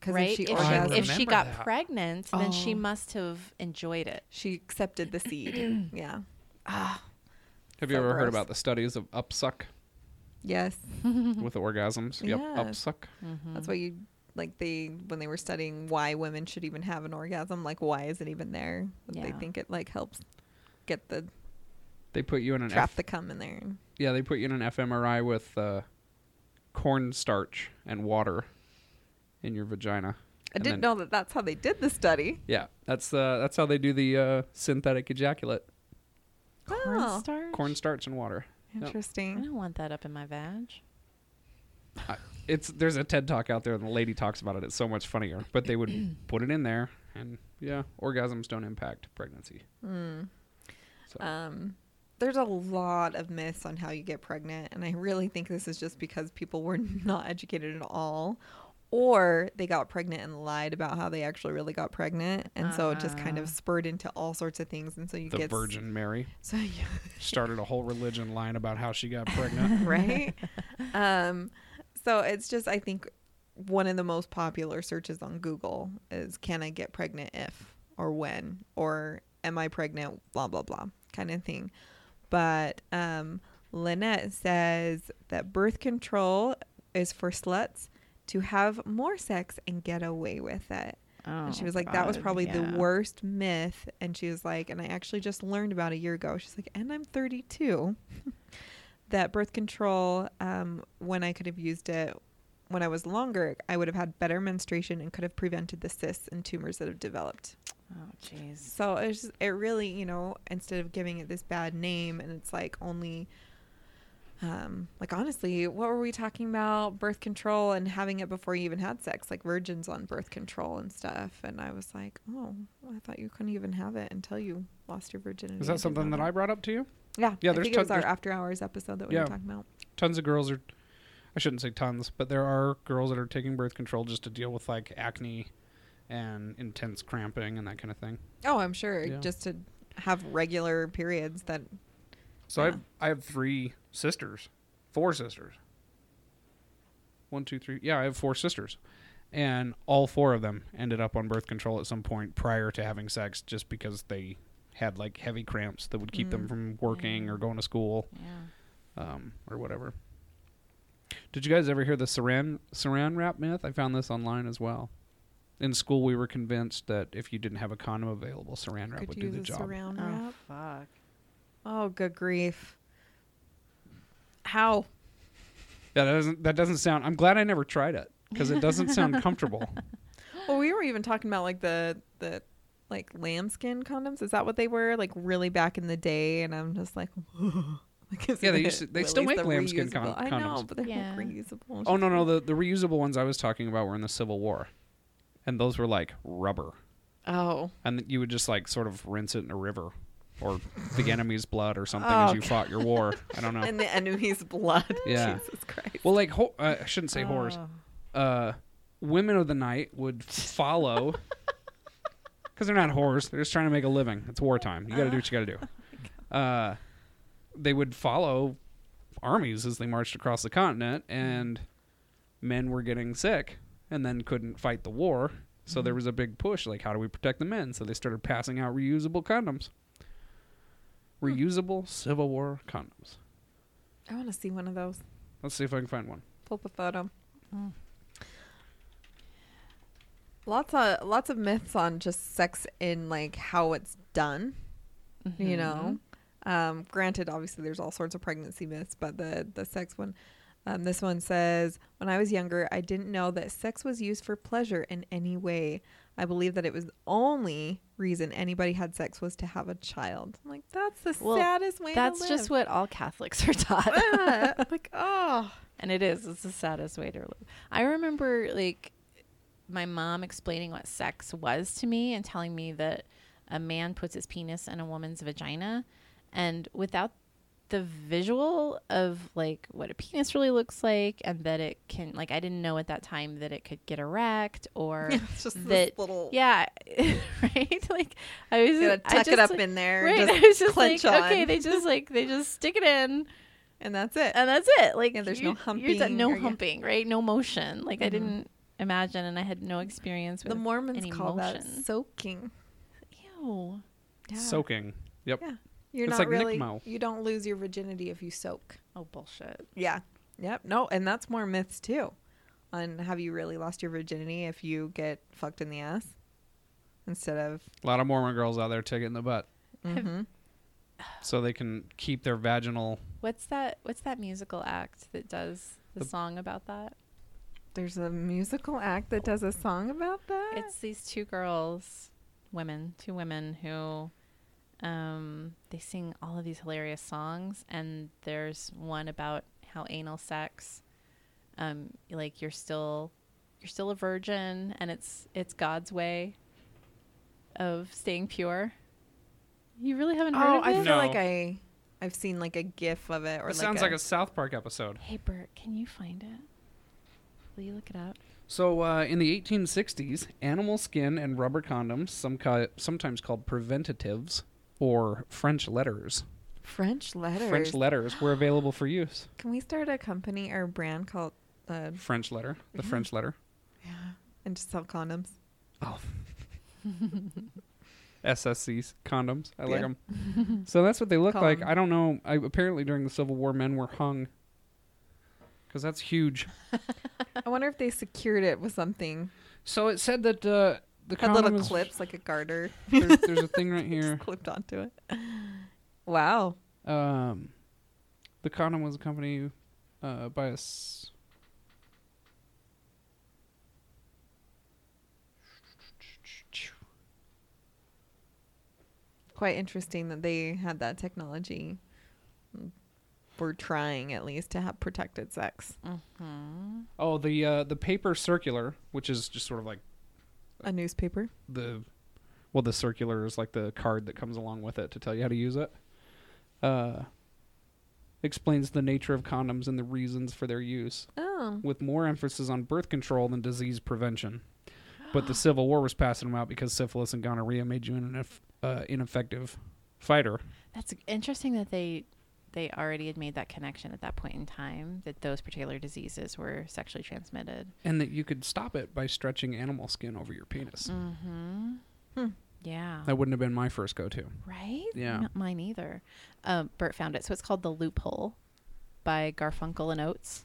S4: Because
S5: right?
S4: if she
S5: if,
S6: I
S5: she, if
S4: orgasms,
S5: she
S6: remember
S5: got
S6: that.
S5: pregnant, then she
S4: Oh.
S5: must have enjoyed it.
S4: she accepted the seed. yeah. Ah,
S6: Have you
S4: So
S6: ever heard
S4: gross.
S6: about the studies of upsuck
S4: yes. Mm-hmm.
S6: with orgasms? Yep,
S4: Yeah.
S6: upsuck.
S4: That's
S5: Hmm.
S4: why you like they when they were studying why women should even have an orgasm. Like, why is it even there? They
S5: Yeah.
S4: think it like helps get the
S6: They put you in an
S4: trap
S6: F-
S4: the cum in there.
S6: yeah, they put you in an fMRI with uh, cornstarch and water in your vagina.
S4: I didn't know that that's how they did the study.
S6: Yeah, that's uh, that's how they do the uh, synthetic ejaculate:
S4: Oh,
S5: Cornstarch?
S6: cornstarch and water. Yep.
S5: I
S4: interesting.
S5: don't want that up in my vag.
S6: I- It's there's a TED talk out there, and the lady talks about it. It's so much funnier. But they would put it in there, and yeah, orgasms don't impact pregnancy. So.
S4: Um, there's a lot of myths on how you get pregnant, and I really think this is just because people were not educated at all, or they got pregnant and lied about how they actually really got pregnant, and so it just
S5: Ah.
S4: kind of spurred into all sorts of things, and so you
S6: the
S4: get s-
S6: Virgin Mary
S4: So yeah,
S6: started a whole religion line about how she got pregnant.
S4: right? um, so it's just I think one of the most popular searches on Google is "Can I get pregnant if or when or am I pregnant?" Blah blah blah kind of thing. But um, Lynette says that birth control is for sluts to have more sex and get away with it.
S5: Oh,
S4: and she was like, that was probably the worst myth. And she was like, and I actually just learned about a year ago. She's like, and I'm 32. that birth control, um, when I could have used it when I was longer, I would have had better menstruation and could have prevented the cysts and tumors that have developed.
S5: Oh, jeez.
S4: So it's just, it really, you know, instead of giving it this bad name and it's like only um like honestly, what were we talking about birth control and having it before you even had sex, like virgins on birth control and stuff and I was like, "Oh, I thought you couldn't even have it until you lost your virginity."
S6: Is
S4: I
S6: that
S4: didn't
S6: something
S4: know
S6: that I brought up to you?
S4: Yeah,
S6: Yeah,
S4: I
S6: there's
S4: think it was
S6: ton-
S4: our
S6: there's-
S4: after hours episode that we
S6: Yeah.
S4: were talking about.
S6: tons of girls are i shouldn't say tons but there are girls that are taking birth control just to deal with like acne and intense cramping and that kind of thing
S4: Oh, I'm sure
S6: Yeah.
S4: just to have regular periods that
S6: so
S4: Yeah.
S6: i've i have three sisters four sisters one two three yeah i have four sisters and all four of them ended up on birth control at some point prior to having sex just because they had like heavy cramps that would keep them from working or going to school
S5: Yeah.
S6: um, or whatever. Did you guys ever hear the saran saran wrap myth? I found this online as well. In school, we were convinced that if you didn't have a condom available, saran wrap
S4: could
S6: would do
S4: use
S6: the
S4: a
S6: job.
S4: surround
S5: Oh,
S4: wrap.
S5: fuck.
S4: Oh, good grief. How?
S6: Yeah, that doesn't that doesn't sound. I'm glad I never tried it because it doesn't sound comfortable.
S4: Well, we were even talking about like the the like lambskin condoms. Is that what they were like really back in the day? And I'm just like, like, is
S6: Yeah, they
S4: it
S6: used to- they still
S4: really
S6: make
S4: the
S6: lambskin con-
S4: reusable- I know,
S6: condoms.
S4: but they're
S5: Yeah.
S4: not reusable.
S6: oh no, no, the the reusable ones I was talking about were in the Civil War, and those were like rubber,
S4: Oh,
S6: and you would just like sort of rinse it in a river. Or the enemy's blood, or something, as
S4: Oh,
S6: you fought your war. I don't know.
S4: and the enemy's blood.
S6: Yeah.
S4: Jesus Christ.
S6: Well, like ho- uh, I shouldn't say horrors. Uh, women of the night would follow because they're not whores. They're just trying to make a living. It's wartime. You got to do what you got to do. Uh, they would follow armies as they marched across the continent, and men were getting sick and then couldn't fight the war. So there was a big push, like how do we protect the men? So they started passing out reusable condoms, reusable Civil War condoms.
S4: I want to see one of those.
S6: Let's see if I can find one.
S4: Pull up a photo.
S5: Mm.
S4: Lots of lots of myths on just sex in like how it's done.
S5: Mm-hmm.
S4: You know, um, granted, obviously there's all sorts of pregnancy myths, but the the sex one. Um, this one says, "When I was younger, I didn't know that sex was used for pleasure in any way. I believed that it was the only reason anybody had sex was to have a child. I'm like, that's the
S5: Well,
S4: saddest way.
S5: That's
S4: to live.
S5: just what all Catholics are taught.
S4: Ah, like, oh,
S5: and it is. It's the saddest way to live. I remember, like, my mom explaining what sex was to me and telling me that a man puts his penis in a woman's vagina. And without the visual of, like, what a penis really looks like, and that it can, like, I didn't know at that time that it could get erect or.
S4: it's just
S5: that
S4: this little
S5: yeah right like i was
S4: Gotta
S5: I
S4: tuck it
S5: just,
S4: up
S5: like-
S4: in there
S5: right
S4: and
S5: I
S4: just,
S5: was just
S4: clench
S5: like
S4: on.
S5: okay they just like they just stick it in
S4: and that's it.
S5: and that's it like
S4: Yeah, there's no
S5: you- you're done-
S4: humping
S5: no
S4: or you-
S5: humping right no motion like i didn't imagine and i had no experience with
S4: the Mormons
S5: any
S4: call
S5: motion.
S4: that soaking.
S5: Ew.
S4: Yeah.
S6: Soaking. Yep.
S4: Yeah. You're
S6: It's
S4: not
S6: like
S4: really
S6: NICMO.
S4: you don't lose your virginity if you soak.
S5: oh bullshit
S4: Yeah. Yep. No, and that's more myths too. On have you really lost your virginity if you get fucked in the ass instead of
S6: A lot of Mormon girls out there take it in the butt.
S4: Mm-hmm.
S6: So they can keep their vaginal.
S5: what's that what's that musical act that does the song about that.
S4: There's a musical act that does a song about that.
S5: It's these two girls, women, two women who um, they sing all of these hilarious songs, and there's one about how anal sex, um, like you're still, you're still a virgin, and it's it's God's way of staying pure. You really haven't heard
S4: oh,
S5: of
S4: I
S5: it?
S4: feel
S6: No.
S4: like I I've seen like a GIF of it or like
S6: It sounds like a South Park episode.
S5: Hey Bert, can you find it? Will you look it up?
S6: So, uh, in the 1860s, animal skin and rubber condoms, some ki- sometimes called preventatives or French letters,
S4: French letters.
S6: French letters were available for use.
S4: Can we start a company or a brand called uh,
S6: French letter, the French letter.
S4: and just sell condoms?
S6: Oh. SSCs, condoms. I like
S4: Yeah.
S6: 'em. like them. so that's what they look
S4: Call
S6: like.
S4: 'em.
S6: I don't know. I, apparently, during the Civil War, men were hung. Because that's huge.
S4: I wonder if they secured it with something.
S6: So it said that uh, the
S4: Had
S6: condom
S4: little
S6: is-
S4: clips like a garter
S6: There's, there's a thing right here.
S4: just clipped onto it. Wow.
S6: Um, the condom was accompanied uh, by a. S-
S4: Quite interesting that they had that technology. We're trying at least to have protected sex.
S6: oh, the uh, the paper circular, which is just sort of like
S4: A newspaper.
S6: the well, the circular is like the card that comes along with it to tell you how to use it. Uh, explains the nature of condoms and the reasons for their use,
S4: Oh.
S6: with more emphasis on birth control than disease prevention. But the Civil War was passing them out because syphilis and gonorrhea made you an ineff- uh, ineffective fighter.
S5: That's interesting that they they already had made that connection at that point in time that those particular diseases were sexually transmitted.
S6: and that you could stop it by stretching animal skin over your penis.
S5: Yeah.
S6: That wouldn't have been my first go-to.
S5: Right?
S6: Yeah.
S5: Not mine either. Um, Bert found it. So it's called The Loophole by Garfunkel and Oates.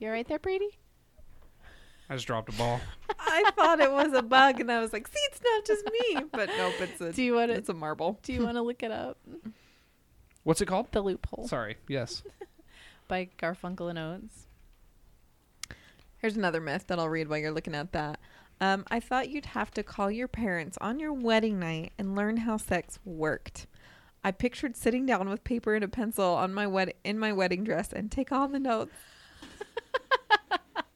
S5: You're right there, Brady?
S6: I just dropped a ball.
S4: I thought it was a bug, and I was like, "See, it's not just me." But nope, it's a.
S5: Do you wanna-
S4: It's a marble.
S5: Do you want to look it up?
S6: What's it called?
S5: The Loophole
S6: Sorry. Yes.
S5: by Garfunkel and Oates.
S4: Here's another myth that I'll read while you're looking at that. Um, I thought you'd have to call your parents on your wedding night and learn how sex worked. I pictured sitting down with paper and a pencil on my wed- in my wedding dress and take all the notes.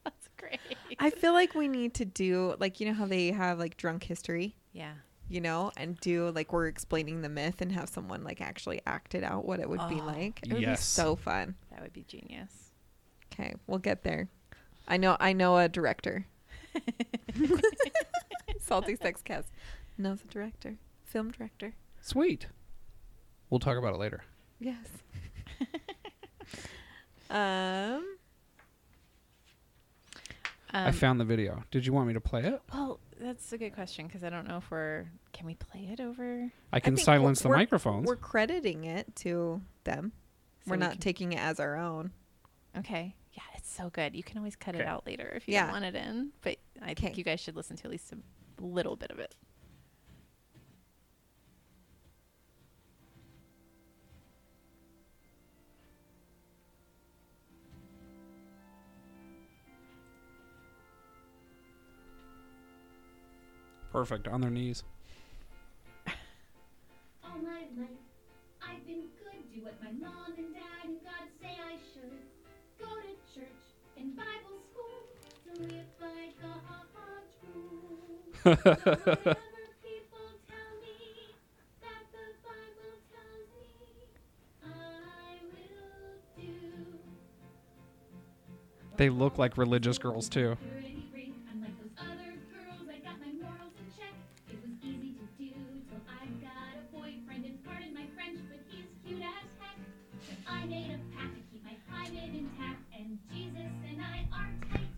S5: That's great.
S4: I feel like we need to do like you know how they have like drunk history,
S5: Yeah.
S4: you know, and do like we're explaining the myth and have someone like actually act it out what it would be like. It would
S6: yes.
S4: be so fun.
S5: That would be genius.
S4: Okay, we'll get there. I know I know a director. Salty Sex Cast knows a director. Film director.
S6: Sweet. We'll talk about it later.
S4: Yes. um
S6: I
S5: Um,
S6: found the video. Did you want me to play it?
S5: Well, that's a good question because I don't know if we're. Can we play it over?
S6: I can
S4: think
S6: silence the
S4: we're-
S6: microphones.
S4: We're crediting it to them.
S5: So
S4: we're
S5: we
S4: not
S5: can-
S4: taking it as our own.
S5: Okay. Yeah, it's so good. You can always cut it
S6: Okay.
S5: out later if you
S4: Yeah.
S5: don't want it in. But I
S4: Okay.
S5: think you guys should listen to at least a little bit of it.
S6: Perfect. On their knees.
S7: All my life, I've been good, do what my mom and dad and God say I should. Go to church and Bible school to live by God's rules. But whatever people tell me, that the Bible tells me, I will do.
S6: They look like religious girls too.
S7: Pretty free, unlike those other girls, I got my morals in check. It was easy to do till I got a boyfriend, and pardon my French, but he's cute as heck. So I made a pact to keep my hymen intact, and Jesus and I are tight.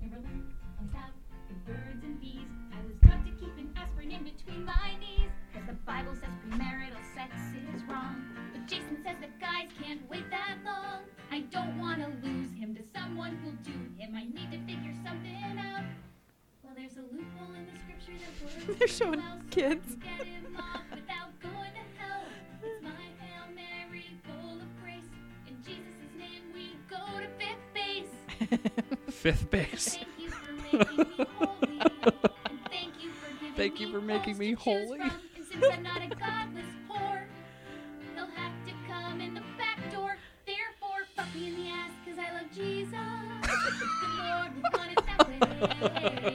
S7: Never left, always out, with birds and bees. I was taught to keep an aspirin in between my knees. Cause the Bible says premarital sex is wrong. But Jason says that guys can't wait that long. I don't want to lose him to someone who'll do him. I need to figure something out. Well, there's a loophole in the scripture that works.
S4: They're showing
S7: well, so I
S4: kids.
S7: can Get him off without going to hell. It's my Hail Mary, full of grace. In Jesus' name we
S6: Fifth base.
S7: Thank you for making me holy. And thank you for giving
S6: Thank you
S7: me
S6: for making
S7: thoughts
S6: me
S7: to choose
S6: holy.
S7: from. And since I'm not a godless whore, they'll have to come in the back door. Therefore, fuck me in the ass, cause I love Jesus. the Lord would want it that way.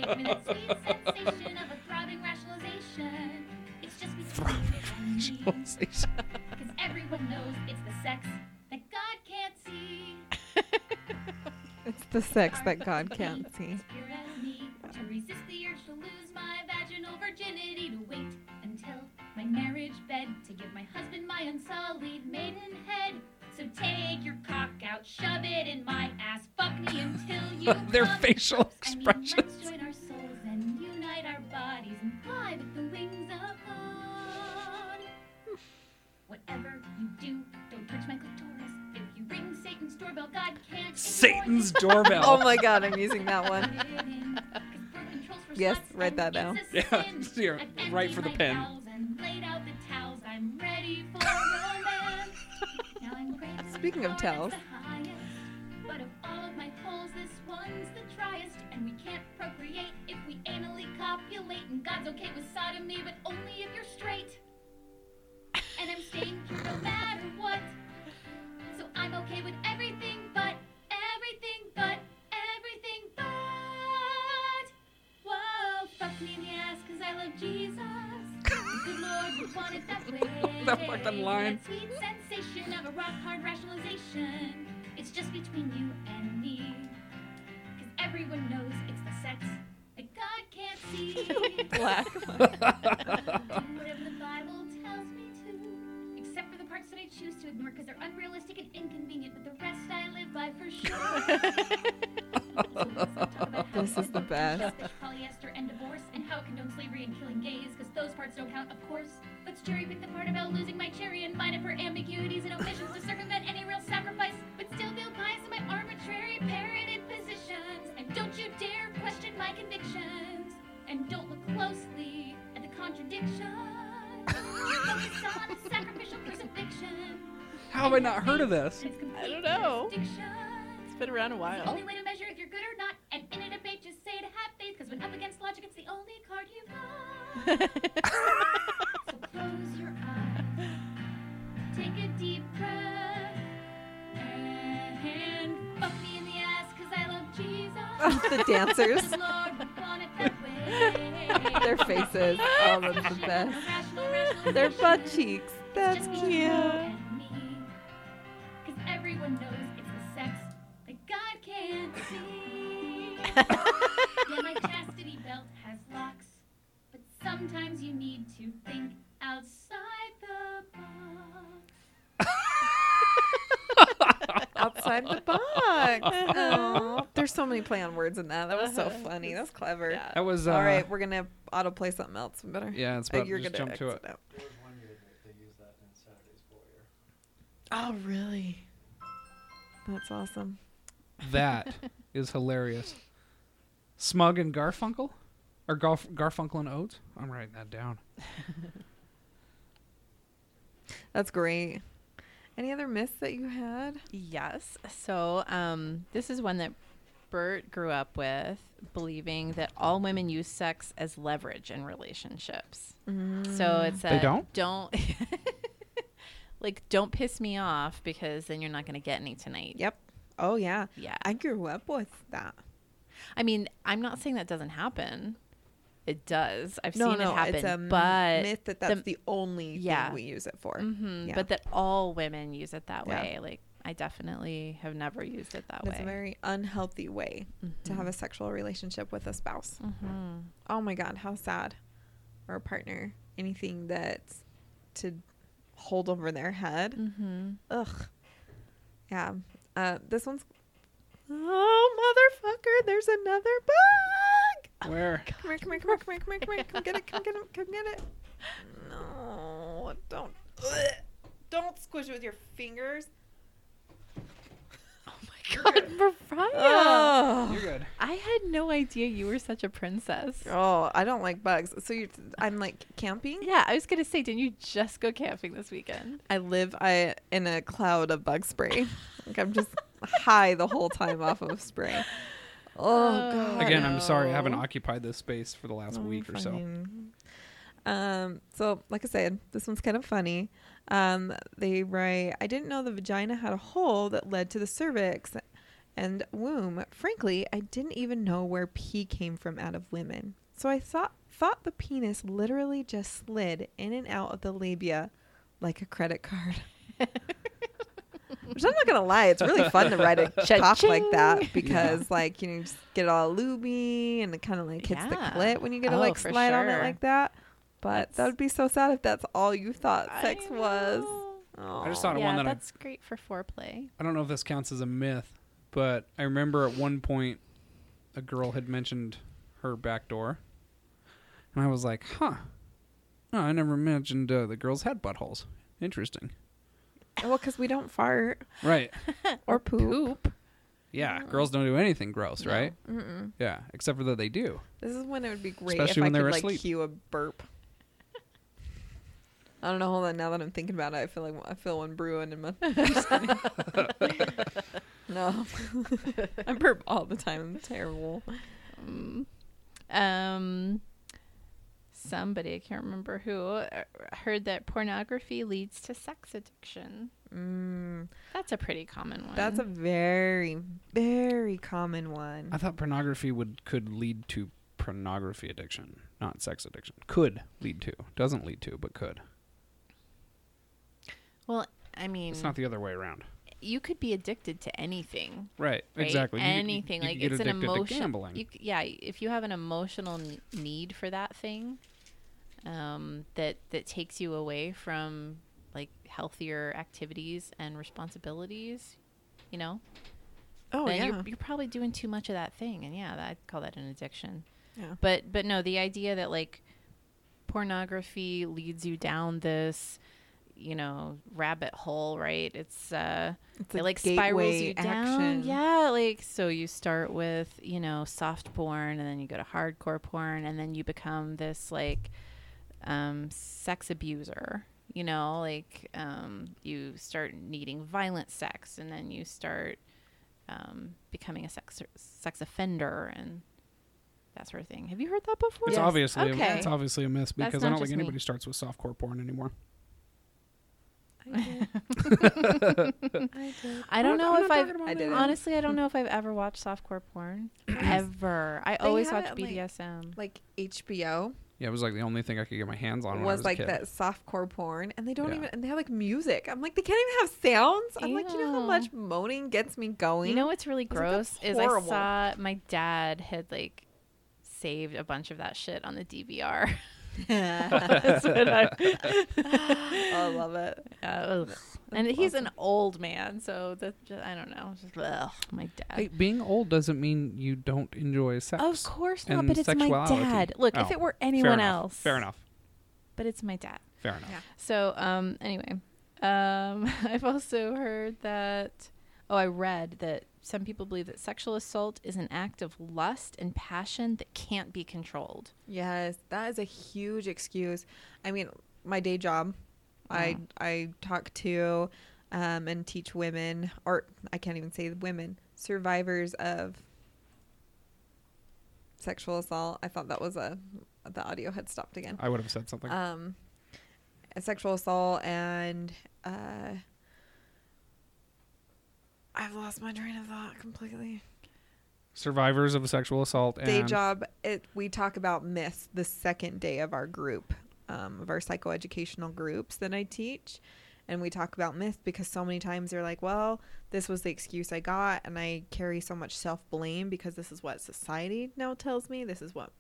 S7: Give me that sweet sensation of a throbbing rationalization. It's just between me and you. Because everyone knows it's the sex that God can't see.
S4: It's the sex that God can't see.
S7: It's pure as me to resist the urge to lose my vaginal virginity, to wait until my marriage bed, to give my husband my unsullied maidenhead. So take your cock out, shove it in my ass, fuck me until you.
S6: Their
S7: come.
S6: facial
S7: I mean,
S6: expressions.
S7: let's join our souls and unite our bodies and fly with the wings of God. Whatever you do, don't touch my clitoris. If you ring Satan's doorbell, God can't. ignore
S6: Satan's
S7: you.
S6: doorbell.
S4: Oh my god, I'm using that one. Yes,
S7: yes,
S4: write that down.
S6: Yeah, here, right for the pen.
S4: Speaking of towels.
S7: But of all of my holes, this one's the driest, and we can't procreate if we anally copulate. And God's okay with sodomy, but only if you're straight. And I'm staying pure no matter what. So I'm okay with everything but, everything but, everything but. Whoa, fuck me in the ass, cause I love Jesus. The Good Lord would want it that way.
S6: That fucking line.
S7: That sweet sensation of a rock hard rationalization. It's just between you and me. Cause everyone knows it's the sex that God can't see.
S4: Black.
S7: do whatever the Bible tells me to, except for the parts that I choose to ignore because they're unrealistic and inconvenient. But the rest I live by for sure.
S4: This is the best.
S7: Polyester and divorce, and how it condones slavery and killing gays, because those parts don't count, of course. Let's cherry pick the part about losing my cherry and mine up for ambiguities and omissions to circumvent any real sacrifice, but still feel pious in my arbitrary parroted positions. And don't you dare question my convictions. And don't look closely at the contradiction. Focus on the sacrificial crucifixion.
S6: How have I not heard of this?
S7: It's complete
S5: I don't know.
S7: jurisdiction.
S5: It's been around a
S7: The
S5: while.
S7: only way to measure if you're good or not, and in a debate, just say to have faith, because when up against logic, it's the only card you've got. so close your eyes, take a deep breath, and fuck me in the ass, because I love Jesus.
S4: the dancers,
S7: The Lord would want it that way.
S4: their faces. Oh, that's the best. Their butt cheeks. That's cute.
S7: Because everyone knows it's the sex that God can't see. yeah, my chastity belt has locks, but sometimes you need to think outside the box.
S4: Outside the box. Oh, there's so many play on words in that. That was so
S5: Uh-huh.
S4: funny. That's clever.
S5: Yeah.
S6: That was uh,
S4: All right, we're gonna autoplay something else. We better.
S6: Yeah, it's
S4: Oh,
S6: about to
S4: you're
S6: just
S4: gonna
S6: jump to
S4: exit
S6: it.
S4: out.
S8: There was one year that they used that in Saturday's Warrior.
S4: Oh, really? That's awesome.
S6: That is hilarious. Smug and Garfunkel? Or Garf- Garfunkel and Oates? I'm writing that down.
S4: That's great. Any other myths that you had?
S5: Yes. So um, this is one that Bert grew up with, believing that all women use sex as leverage in relationships.
S4: Mm.
S5: So it's a
S6: They don't?
S5: don't like don't piss me off because then you're not going to get any tonight.
S4: Yep. Oh yeah.
S5: Yeah.
S4: I grew up with that.
S5: I mean, I'm not saying that doesn't happen. It does. I've
S4: no,
S5: seen
S4: no,
S5: it happen,
S4: it's a m-
S5: but
S4: myth that that's the, only
S5: yeah.
S4: thing we use it for.
S5: Mhm,
S4: Yeah.
S5: but that all women use it that
S4: Yeah.
S5: way. Like I definitely have never used it that
S4: That's
S5: way.
S4: a very unhealthy way to have a sexual relationship with a spouse. Oh my God, how sad. Or a partner. Anything that's to hold over their head.
S5: mm-hmm.
S4: Ugh. Yeah. Uh, this one's. Oh, motherfucker, there's another bug.
S6: Where?
S4: Come here, come here, come here, come here, come here, come here. Come get it, come get it, come get it. No, don't. Ugh. Don't squish it with your fingers.
S5: Oh my god, Mariah!
S4: Ugh.
S6: You're good.
S5: I had no idea you were such a princess.
S4: Oh, I don't like bugs. So you're, I'm like camping.
S5: Yeah, I was gonna say, didn't you just go camping this weekend?
S4: I live I in a cloud of bug spray. like I'm just high the whole time off of spray. Oh, God.
S6: Again, I'm sorry I haven't occupied this space for the last
S4: Oh,
S6: week or so.
S4: fine. Um, so, like I said, this one's kind of funny. Um, they write, I didn't know the vagina had a hole that led to the cervix and womb. Frankly, I didn't even know where pee came from out of women. So I thought, thought the penis literally just slid in and out of the labia like a credit card. Which I'm not gonna lie, it's really fun to write a cop like that because, like, you know, you just get all looby and it kind of like hits the
S5: Yeah.
S4: clit when you get to
S5: Oh,
S4: like
S5: for
S4: slide on it
S5: sure.
S4: like that. But that
S5: That's-
S4: would be so sad if that's all you thought
S5: I
S4: sex was.
S5: know.
S6: I just
S4: Aw.
S6: thought of
S5: yeah,
S6: one that I
S5: that's great for foreplay.
S6: I don't know if this counts as a myth, but I remember at one point a girl had mentioned her back door, and I was like, "Huh, no, I never mentioned uh, the girls had buttholes. Interesting,
S4: well, because we don't fart
S6: right?
S4: or poop.
S6: Yeah, girls don't do anything gross, right?
S4: Mm-mm.
S6: Yeah, except for that they do.
S4: This is when it would be great
S6: Especially when
S4: if I
S6: they're
S4: could like
S6: asleep.
S4: cue a burp. I don't know. Hold on. Now that I'm thinking about it, I feel like I feel one brewing in my. I'm just kidding. no, I burp all the time. I'm terrible.
S5: Um, somebody I can't remember who uh, heard that pornography leads to sex addiction.
S4: Mm,
S5: That's a pretty common one.
S4: that's a very, very common one.
S6: I thought pornography would could lead to pornography addiction, not sex addiction. Could lead to, doesn't lead to, but could.
S5: well. I mean,
S6: It's not the other way around,
S5: you could be addicted to anything.
S6: right?
S5: right?
S6: Exactly. You- you-
S5: Anything
S6: you
S5: like
S6: could get
S5: it's an
S6: addicted to
S5: emotion.
S6: gambling.
S5: You, c- yeah, if you have an emotional n- need for that thing, um, that that takes you away from like healthier activities and responsibilities, you know,
S4: oh
S5: then
S4: yeah.
S5: you're, you're probably doing too much of that thing, and yeah, that, I'd call that an addiction.
S4: Yeah.
S5: But but no, the idea that like pornography leads you down this, you know, rabbit hole, right? It's uh,
S4: It's
S5: it
S4: a
S5: like spirals
S4: gateway
S5: you down. Yeah, like so you start with you know soft porn, and then you go to hardcore porn, and then you become this like um, sex abuser. You know, like um, you start needing violent sex, and then you start um, becoming a sex sex offender and that sort of thing. Have you heard that before?
S6: It's obviously a,
S5: Okay.
S6: it's obviously a miss
S5: That's
S6: because I
S5: not
S6: don't think
S5: just me.
S6: anybody starts with softcore porn anymore.
S5: I don't know if I've
S4: I didn't.
S5: honestly I don't know if I've ever watched softcore porn ever. I always
S4: have
S5: watch
S4: it, like-
S5: BDSM.
S4: Like HBO
S6: Yeah, it was like the only thing I could get my hands on. when I
S4: was
S6: was
S4: like
S6: a kid.
S4: that softcore porn, and they don't
S6: Yeah.
S4: even and they have like music. I'm like they can't even have sounds. I'm like you know how
S5: Ew.
S4: much moaning gets me going.
S5: You know what's really
S4: like,
S5: gross
S4: "That's
S5: is I
S4: horrible."
S5: saw my dad had like saved a bunch of that shit on the DVR. That's what I-
S4: I love it.
S5: Uh, ugh. and he's an old man, so that's just, I don't know. Just, ugh, my dad.
S6: Hey, being old doesn't mean you don't enjoy sex.
S5: of course not,
S6: and
S5: but it's my
S6: sexuality.
S5: dad. Look, if
S6: Oh,
S5: it were
S6: Fair
S5: anyone
S6: enough.
S5: else,
S6: Fair enough.
S5: But it's my dad.
S6: Fair enough.
S4: Yeah.
S5: So, um, anyway, um, I've also heard that. Oh, I read that some people believe that sexual assault is an act of lust and passion that can't be controlled.
S4: Yes, that is a huge excuse. I mean, my day job, I I talk to um, and teach women, or I can't even say women, survivors of sexual assault. I thought that was a the audio had stopped again.
S6: I would have said
S5: Uh,
S6: something.
S4: Um, a sexual assault and uh, I've lost my train of thought completely.
S6: Survivors of sexual assault.
S4: day
S6: and
S4: job it, we talk about myths the second day of our group um, of our psychoeducational groups that i teach and we talk about myths because so many times they're like well this was the excuse i got and i carry so much self-blame because this is what society now tells me this is what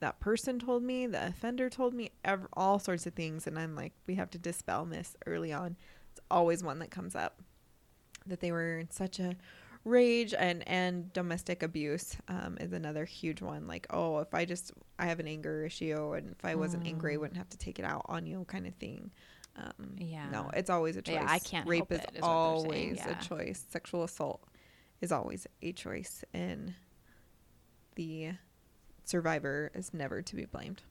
S4: that person told me the offender told me ev- all sorts of things and i'm like we have to dispel myths early on it's always one that comes up that they were in such a rage and and domestic abuse um, is another huge one like oh if i just i have an anger issue and if i wasn't angry
S5: Mm.
S4: i wouldn't have to take it out on you kind of thing um,
S5: Yeah.
S4: no it's always a choice
S5: Yeah, I can't
S4: rape
S5: help
S4: is
S5: it, is what they're saying,
S4: always
S5: yeah.
S4: a choice sexual assault is always a choice and the survivor is never to be blamed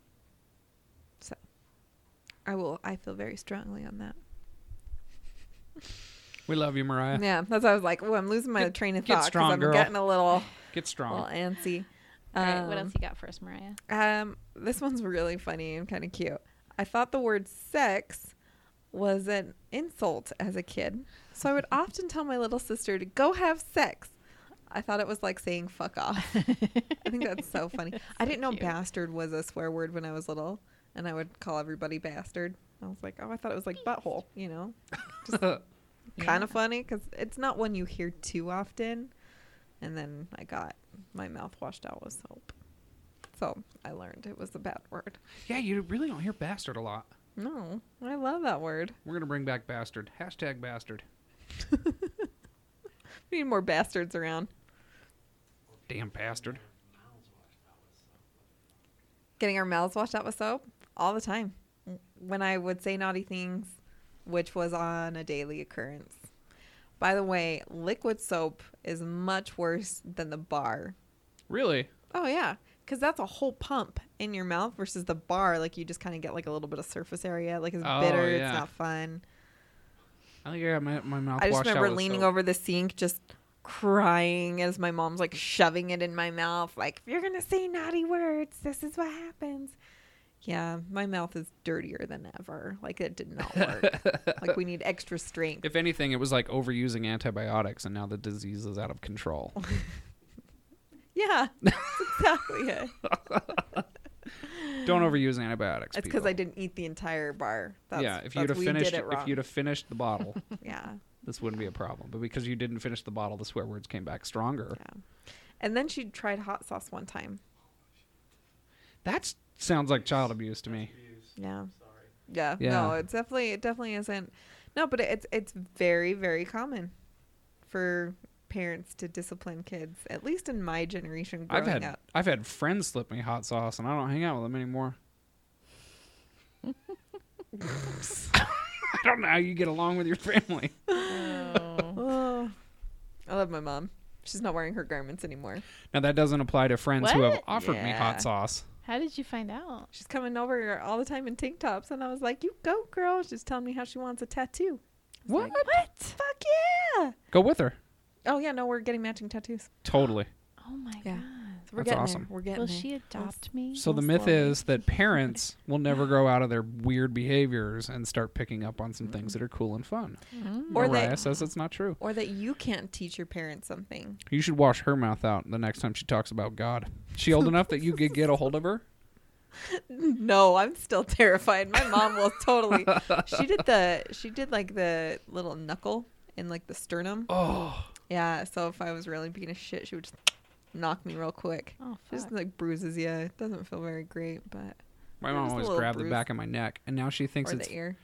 S4: so i will i feel very strongly on that
S6: We love you, Mariah.
S4: Yeah, that's why I was like, oh, I'm losing my
S6: Get-
S4: train of
S6: get
S4: thought
S6: strong,
S4: I'm
S6: girl.
S4: getting a little,
S6: Get strong.
S4: little antsy.
S5: All right, what
S4: Um,
S5: else you got for us, Mariah?
S4: Um, this one's really funny and kind of cute. I thought the word sex was an insult as a kid, so I would often tell my little sister to go have sex. I thought it was like saying fuck off. I think that's so funny. I didn't know
S5: cute.
S4: bastard was a swear word when I was little, and I would call everybody bastard. I was like, oh, I thought it was like butthole, you know? Kind of funny because it's not one you hear too often. And then I got my mouth washed out with soap. So I learned it was a bad word.
S6: yeah, you really don't hear bastard a lot.
S4: No, I love that word.
S6: We're gonna bring back bastard. Hashtag bastard.
S4: We need more bastards around.
S6: Damn bastard.
S4: Getting our mouths washed out with soap all the time. When I would say naughty things, which was on a daily occurrence. By the way, liquid soap is much worse than the bar
S6: Really?
S4: Oh yeah, because that's a whole pump in your mouth versus the bar. Like you just kind of get like a little bit of surface area. Like it's
S6: Oh,
S4: bitter.
S6: yeah.
S4: It's not fun.
S6: I think I got my, my mouth
S4: I just
S6: washed out
S4: remember
S6: with
S4: leaning
S6: soap.
S4: over the sink, just crying as my mom's like shoving it in my mouth. Like if you're gonna say naughty words, this is what happens. Yeah, my mouth is dirtier than ever. Like it did not work. like we need extra strength.
S6: If anything, it was like overusing antibiotics, and now the disease is out of control.
S4: Yeah, that's exactly it.
S6: don't overuse antibiotics.
S4: It's because I
S6: people.
S4: didn't eat the entire bar. That's,
S6: yeah, if
S4: that's-
S6: you'd have
S4: we did
S6: finished,
S4: it
S6: if
S4: wrong.
S6: you'd have finished the bottle,
S4: yeah.
S6: this wouldn't be a problem. But because you didn't finish the bottle, the swear words came back stronger.
S4: Yeah. And then she tried hot sauce one time.
S6: That sounds like child abuse to me.
S4: Yeah.
S8: Sorry.
S4: Yeah. No,
S6: Yeah.
S4: it's definitely it definitely isn't. No, but it's it's very very common for parents to discipline kids, at least in my generation growing
S6: I've had
S4: up.
S6: I've had friends slip me hot sauce, and I don't hang out with them anymore. I don't know how you get along with your family.
S4: Oh, I love my mom. She's not wearing her garments anymore.
S6: Now that doesn't apply to friends who have
S5: What?
S6: offered me
S4: Yeah.
S6: hot sauce.
S5: How did you find out?
S4: She's coming over all the time in tank tops, and I was like, "You go, girl." She's telling me how she wants a tattoo. I was like, what? Fuck yeah!
S6: Go with her.
S4: Oh yeah, no, we're getting matching tattoos.
S6: Totally.
S5: Oh my
S4: Yeah. So we're getting
S6: That's
S4: there.
S6: awesome.
S4: We're getting
S5: god. Will
S4: there.
S5: she adopt me?
S6: So the
S4: Most
S6: myth
S4: likely.
S6: is that parents will never grow out of their weird behaviors and start picking up on some things that are cool and fun.
S4: Or they-
S6: Mariah says it's not true.
S4: or that you can't teach your parents something.
S6: You should wash her mouth out the next time she talks about God. She old enough that you could get a hold of her?
S4: No, I'm still terrified. My mom will totally. She did the she did like the little knuckle in like the sternum.
S6: Oh,
S4: Yeah, so if I was really being a shit, she would just knock me real quick.
S5: Oh,
S4: She Just
S5: fuck.
S4: like bruises you. It doesn't feel very great, but
S6: my
S4: Yeah,
S6: mom
S4: just a
S6: always
S4: little
S6: grabbed the
S4: bruise.
S6: back of my neck, and now she thinks
S4: or
S6: it's
S4: the ear.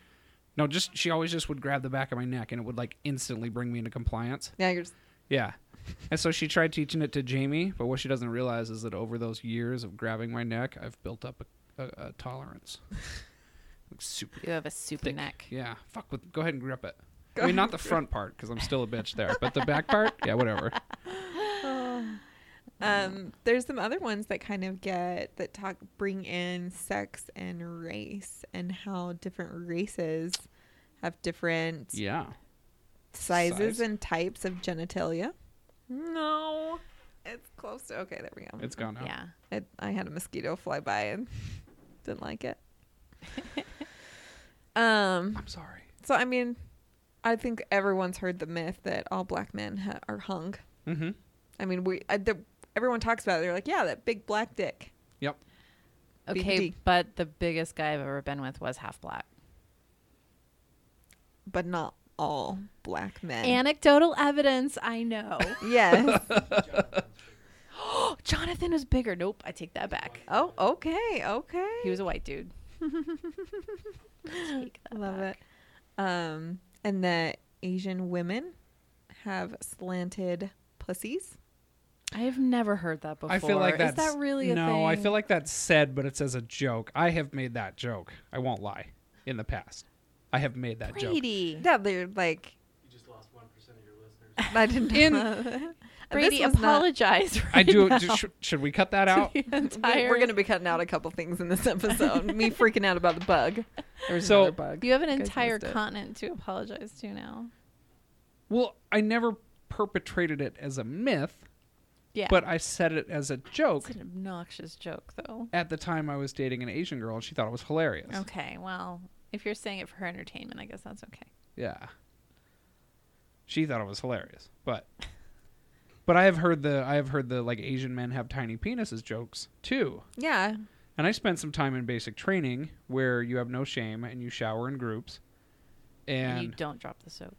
S6: no. Just she always just would grab the back of my neck, and it would like instantly bring me into compliance.
S4: Yeah, you're just
S6: Yeah. And so she tried teaching it to Jamie, but what she doesn't realize is that over those years of grabbing my neck, I've built up a, a, a tolerance. Like super
S5: You have a super
S6: thick.
S5: neck.
S6: Yeah. Fuck with. Go ahead and grip it.
S4: Go
S6: I mean, not the front part because I'm still a bitch there, but the back part, yeah, whatever.
S4: um. There's some other ones that kind of get that talk bring in sex and race and how different races have different
S6: Yeah.
S4: sizes
S6: Size?
S4: and types of genitalia. No, it's close to okay. There we go.
S6: It's gone now.
S5: Yeah.
S4: It, I had a mosquito fly by and didn't like it. um.
S6: I'm sorry.
S4: So I mean, I think everyone's heard the myth that all black men ha- are hung.
S6: Mm-hmm.
S4: I mean, we I, the, everyone talks about it. They're like, yeah, that big black dick.
S6: Yep.
S5: Okay,
S4: BD.
S5: but the biggest guy I've ever been with was half black.
S4: But not all black men.
S5: Anecdotal evidence, I know.
S4: yes.
S5: Jonathan was bigger. Nope, I take that back.
S4: oh, okay, okay.
S5: He was a white dude. Take that
S4: Love
S5: back.
S4: it. Um, and that Asian women have slanted pussies.
S5: I have never heard that before.
S6: I feel like that's
S5: Is that really a
S6: no.
S5: thing?
S6: I feel like that's said, but it's as a joke. I have made that joke. I won't lie. In the past, I have made that joke.
S5: Brady.
S4: Yeah, they're like
S8: You just lost 1% of your listeners.
S4: I didn't.
S6: In-
S4: know.
S5: Brady,
S4: was not-
S5: apologize. Right
S6: I do.
S5: Now.
S6: ju- sh- should we cut that out?
S4: we- we're gonna be cutting out a couple things in this episode. Me freaking out about the bug. There was
S6: So-
S4: another bug.
S5: You have an
S4: guys
S5: entire
S4: missed it.
S5: continent to apologize to now.
S6: Well, I never perpetrated it as a myth,
S5: Yeah.
S6: but I said it as a joke.
S5: it's an obnoxious joke, though.
S6: At the time, I was dating an Asian girl, and she thought it was hilarious.
S5: Okay, well, if you're saying it for her entertainment, I guess that's okay.
S6: Yeah. She thought it was hilarious, but but I have heard the I have heard the like Asian men have tiny penises jokes too.
S4: Yeah.
S6: And I spent some time in basic training where you have no shame and you shower in groups.
S5: And,
S6: And
S5: you don't drop the soap.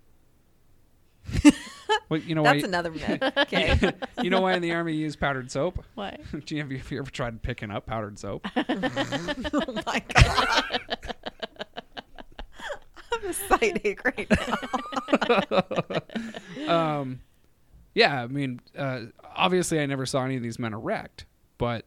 S6: well, you know why
S4: That's another myth. Okay.
S6: you know why in the army you use powdered soap?
S5: What?
S6: Do you, have, you, have you ever tried picking up powdered soap?
S4: oh my god. I'm a side ache right now.
S6: um, yeah, I mean, uh, obviously, I never saw any of these men erect, but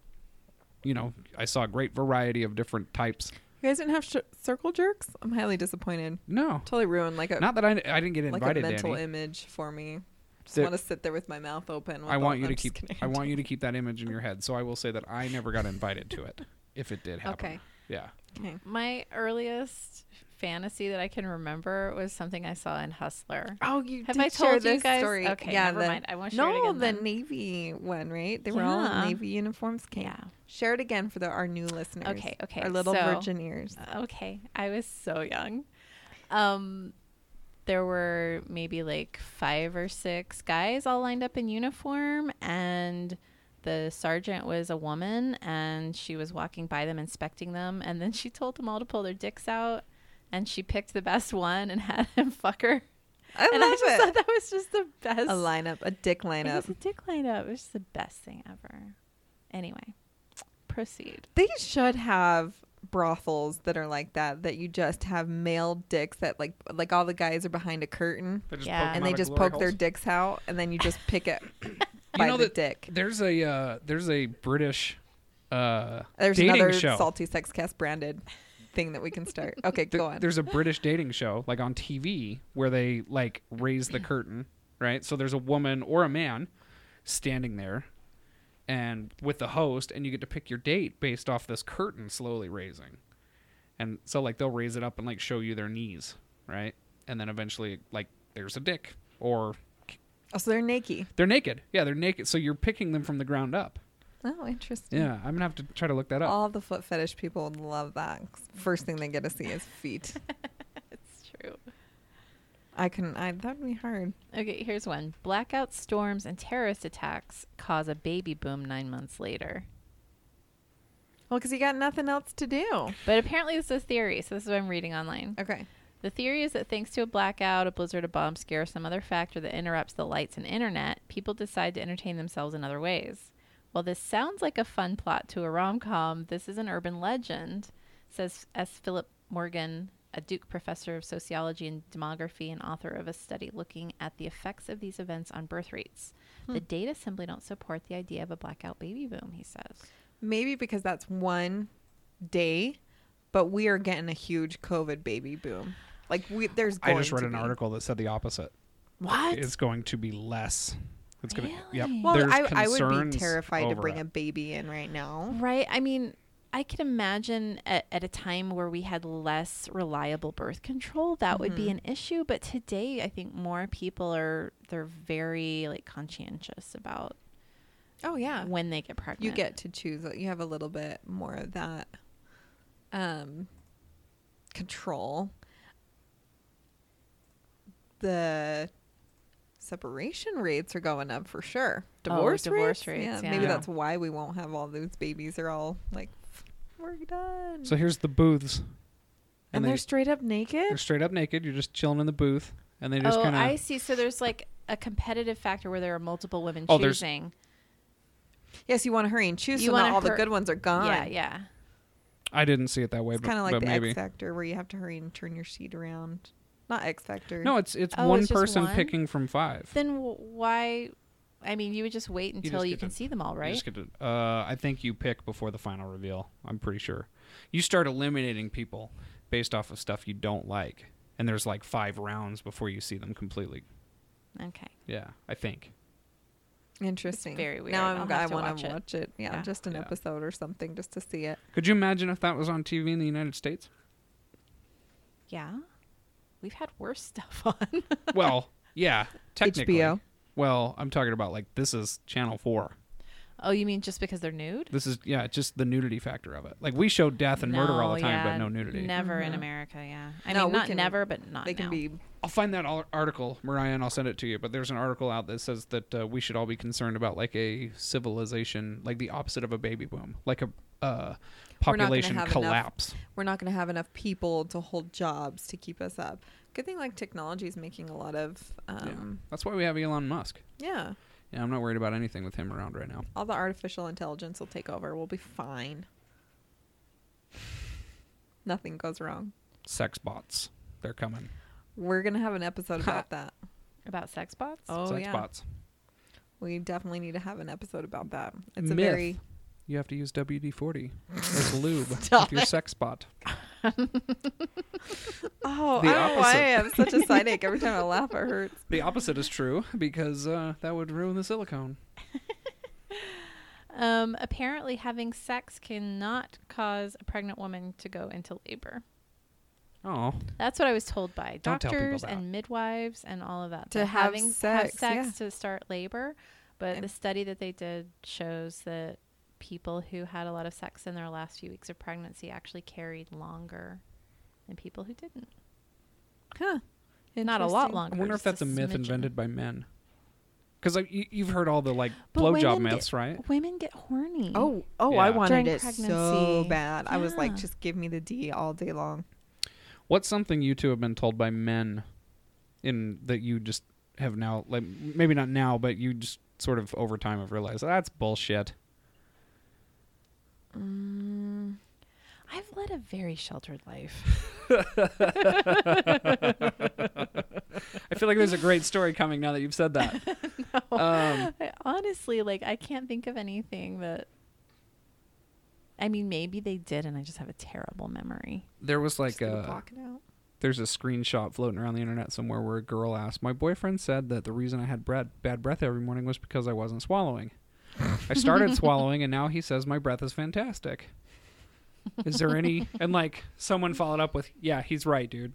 S6: you know, I saw a great variety of different types.
S4: You guys didn't have sh- circle jerks? I'm highly disappointed.
S6: No,
S4: Totally ruined like a
S6: not that I, I didn't get
S4: like
S6: invited.
S4: a mental
S6: Danny.
S4: image for me. Just
S6: There-
S4: want to sit there with my mouth open. with
S6: I
S4: all-
S6: want you
S4: I'm
S6: to
S4: just
S6: keep.
S4: kidding.
S6: I want you to keep that image in your head. So I will say that I never got invited to it. If it did happen.
S5: Okay.
S6: Yeah.
S4: Okay.
S5: My earliest fantasy that I can remember was something I saw in Hustler.
S4: Oh, you
S5: Have
S4: did
S5: I told
S4: share
S5: you
S4: this
S5: guys?
S4: story.
S5: Okay,
S4: yeah,
S5: never
S4: the-
S5: mind. I won't share it
S4: no,
S5: again
S4: the
S5: then.
S4: Navy one, right? They were all in
S5: Yeah.
S4: Navy uniforms. Kate.
S5: Yeah.
S4: Share it again for the, our new listeners.
S5: Okay, okay,
S4: Our little
S5: so- uh,
S4: virgin ears.
S5: Okay, I was so young. Um, there were maybe like five or six guys all lined up in uniform, and the sergeant was a woman, and she was walking by them, inspecting them, and then she told them all to pull their dicks out, and she picked the best one and had him fuck her.
S4: I
S5: and
S4: love
S5: I just
S4: it.
S5: thought that was just the best.
S4: A lineup, a dick
S5: It was
S4: lineup.
S5: a dick lineup. It was the best thing ever. Anyway, proceed.
S4: They should have brothels that are like that. That you just have male dicks that like like all the guys are behind a curtain
S6: They just
S5: Yeah.
S6: poke 'em
S5: I'm
S4: and
S6: out
S4: they
S6: of
S4: just
S6: glory
S4: poke their
S6: holes.
S4: dicks out and then you just pick it by
S6: know
S4: the
S6: that
S4: dick.
S6: There's a uh, there's a British uh,
S4: There's
S6: dating
S4: another
S6: show.
S4: salty sex cast branded thing that we can start. Okay,
S6: Th-
S4: go on.
S6: There's a British dating show, like on TV, where they like raise the curtain, right? So there's a woman or a man standing there, and with the host, and you get to pick your date based off this curtain slowly raising. And so like they'll raise it up and like show you their knees, right? And then eventually like there's a dick or
S4: Oh, so they're naked.
S6: they're naked. Yeah, they're naked. So you're picking them from the ground up.
S4: Oh, interesting.
S6: Yeah, I'm gonna have to try to look that up.
S4: All the foot fetish people would love that. 'cause First thing they get to see is feet.
S5: It's true.
S4: I couldn't. I that'd be hard.
S5: Okay, here's one. Blackout storms and terrorist attacks cause a baby boom nine months later.
S4: Well, because you got nothing else to do.
S5: But apparently, this is a theory, so this is what I'm reading online.
S4: Okay.
S5: The theory is that thanks to a blackout, a blizzard, a bomb scare, or some other factor that interrupts the lights and internet, people decide to entertain themselves in other ways. While this sounds like a fun plot to a rom com, this is an urban legend, says S. Philip Morgan, a Duke professor of sociology and demography and author of a study looking at the effects of these events on birth rates. The data simply don't support the idea of a blackout baby boom, he says.
S4: Maybe because that's one day, but we are getting a huge COVID baby boom. Like we there's.
S6: I
S4: Going
S6: just read
S4: to
S6: an
S4: be-
S6: article that said the opposite.
S5: What?
S6: It's going to be less. It's going to. Yep.
S5: Really?
S4: Well,
S6: There's
S4: I, I would
S6: concerns
S4: be terrified to
S6: over
S4: bring
S6: it.
S4: a baby in right now.
S5: Right. I mean, I could imagine at, at a time where we had less reliable birth control, that would be an issue. But today, I think more people are they're very like conscientious about
S4: Oh yeah.
S5: when they Uh, get pregnant.
S4: you get to choose you have a little bit more of that um control the separation rates are going up for sure Oh, divorce,
S5: divorce
S4: rates,
S5: rates,
S4: yeah,
S5: yeah.
S4: maybe
S6: Yeah.
S4: that's why we won't have all those babies are all like we're done
S6: So here's the booths.
S4: and,
S6: they,
S4: they're straight up
S6: they're
S4: naked
S6: straight up naked. You're just chilling in the booth, and they just
S5: Oh,
S6: kind
S5: I
S6: of.
S5: see. So there's like a competitive factor where there are multiple women
S6: Oh, there's-
S5: choosing.
S4: yes you want to hurry and choose
S5: You
S4: so not
S5: wanna
S4: all the
S5: hur-
S4: good ones are gone
S5: Yeah, yeah.
S6: I didn't see it that way,
S4: it's
S6: but,
S4: kind of like
S6: but
S4: the
S6: maybe.
S4: x factor where you have to hurry and turn your seat around not x factor
S6: No, it's it's
S5: Oh,
S6: one
S5: it's just
S6: person
S5: one?
S6: picking from five.
S5: Then w- why? I mean, you would just wait until
S6: just
S5: you,
S6: get
S5: can
S6: to-
S5: see them all,
S6: You
S5: right?
S6: just get to- uh, I think you pick before the final reveal. I'm pretty sure. You start eliminating people based off of stuff you don't like, and there's like five rounds before you see them completely.
S5: Okay.
S6: Yeah, I think.
S4: Interesting.
S5: very weird.
S4: Now
S5: I'll
S4: I'm,
S5: have
S4: I
S5: to
S4: want
S5: watch
S4: to
S5: it.
S4: watch it. Yeah,
S5: Yeah.
S4: just an
S6: Yeah.
S4: episode or something just to see it.
S6: Could you imagine if that was on TV in the United States?
S5: Yeah. We've had worse stuff on.
S6: well, Yeah, technically.
S4: HBO.
S6: Well, I'm talking about like this is Channel Four.
S5: Oh, you mean just because they're nude?
S6: This is yeah, just the nudity factor of it. Like we show death and murder all
S5: No,
S6: the time,
S5: yeah,
S6: but no nudity.
S5: Never in America, yeah. I
S4: Mm-hmm. No,
S5: mean,
S4: we
S5: not
S4: can-
S5: never, but not
S4: They can
S5: now.
S4: be
S6: I'll find that al- article, Mariah, and I'll send it to you. But there's an article out that says that uh, we should all be concerned about like a civilization, like the opposite of a baby boom, like a
S4: We're
S6: uh,
S4: not gonna
S6: population
S4: have enough-
S6: collapse.
S4: we're not going to have enough people to hold jobs to keep us up. Good thing like technology is making a lot of um,
S6: That's why we have Elon Musk.
S4: yeah.
S6: Yeah, I'm not worried about anything with him around right now.
S4: All the artificial intelligence will take over. We'll be fine. Nothing goes wrong.
S6: Sex bots, they're coming.
S4: We're going to have an episode about that.
S5: About sex bots?
S4: Oh
S6: Sex
S4: yeah.
S6: bots.
S4: We definitely need to have an episode about that. It's a
S6: Myth.
S4: very
S6: You have to use WD-40 as lube
S5: Stop
S6: with your sex bot.
S4: Oh,
S6: The
S4: I don't know why I have
S6: opposite.
S4: such a side ache every time I laugh. It hurts.
S6: The opposite is true because uh, that would ruin the silicone.
S5: Um, apparently, having sex cannot cause a pregnant woman to go into labor.
S6: Oh,
S5: That's what I was told by
S6: Don't tell people
S5: doctors
S6: that.
S5: and midwives and all of that.
S4: To
S5: that
S4: have
S5: having
S4: sex,
S5: have sex
S4: yeah.
S5: to start labor, but
S4: And-
S5: the study that they did shows that people who had a lot of sex in their last few weeks of pregnancy actually carried longer than people who didn't.
S4: Huh.
S5: Not a lot
S4: Interesting.
S5: longer.
S6: I wonder if
S5: just a
S6: that's a myth
S5: smidgen.
S6: invented by men. Because like, you, you've heard all the like
S5: But
S6: blowjob
S5: women
S6: myths,
S5: get-
S6: right?
S5: Women get horny.
S4: Oh, oh, I
S6: Yeah.
S4: wanted
S5: During
S4: it so
S5: pregnancy.
S4: bad. I was like,
S5: Yeah.
S4: just give me the D all day long.
S6: What's something you two have been told by men, in that you just have now, like maybe not now, but you just sort of over time have realized that's bullshit.
S5: Mm. I've led a very sheltered life.
S6: I feel like there's a great story coming now that you've said that. um,
S5: I honestly, like, I can't think of anything that. I mean, maybe they did, and I just have a terrible memory.
S6: there was like uh,
S4: Just gonna
S6: a
S4: block it out.
S6: there's a screenshot floating around the internet somewhere where a girl asked, "My boyfriend said that the reason I had bread, bad breath every morning was because I wasn't swallowing. I started swallowing, and now he says my breath is fantastic. Is there any?" And like someone followed up with, "Yeah, he's right, dude."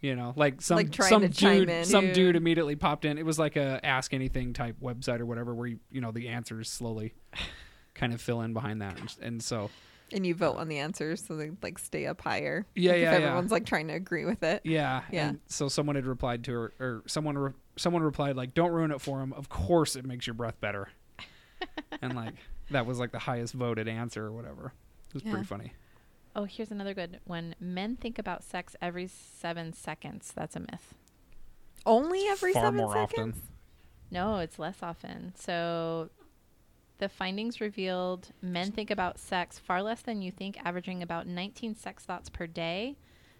S6: You know, like some
S4: Like trying
S6: some
S4: to
S6: dude,
S4: chime in.
S6: some
S4: Dude.
S6: dude immediately popped in. It was like a ask anything type website or whatever, where you, you know the answers slowly kind of fill in behind that, and, and so
S4: And you vote on the answers so they like stay up higher.
S6: Yeah,
S4: If
S6: yeah, yeah.
S4: everyone's like trying to agree with it.
S6: Yeah.
S4: Yeah.
S6: And so someone had replied to her, or someone re- someone replied like, "Don't ruin it for him. Of course, it makes your breath better." and like that was like the highest voted answer or whatever. It was
S4: Yeah.
S6: pretty funny.
S5: Oh, here's another good one. Men think about sex every seven seconds. That's a myth.
S4: Only every
S6: Far
S4: seven
S6: more
S4: seconds.
S6: often.
S5: No, it's less often. So the findings revealed men think about sex far less than you think, averaging about 19 sex thoughts per day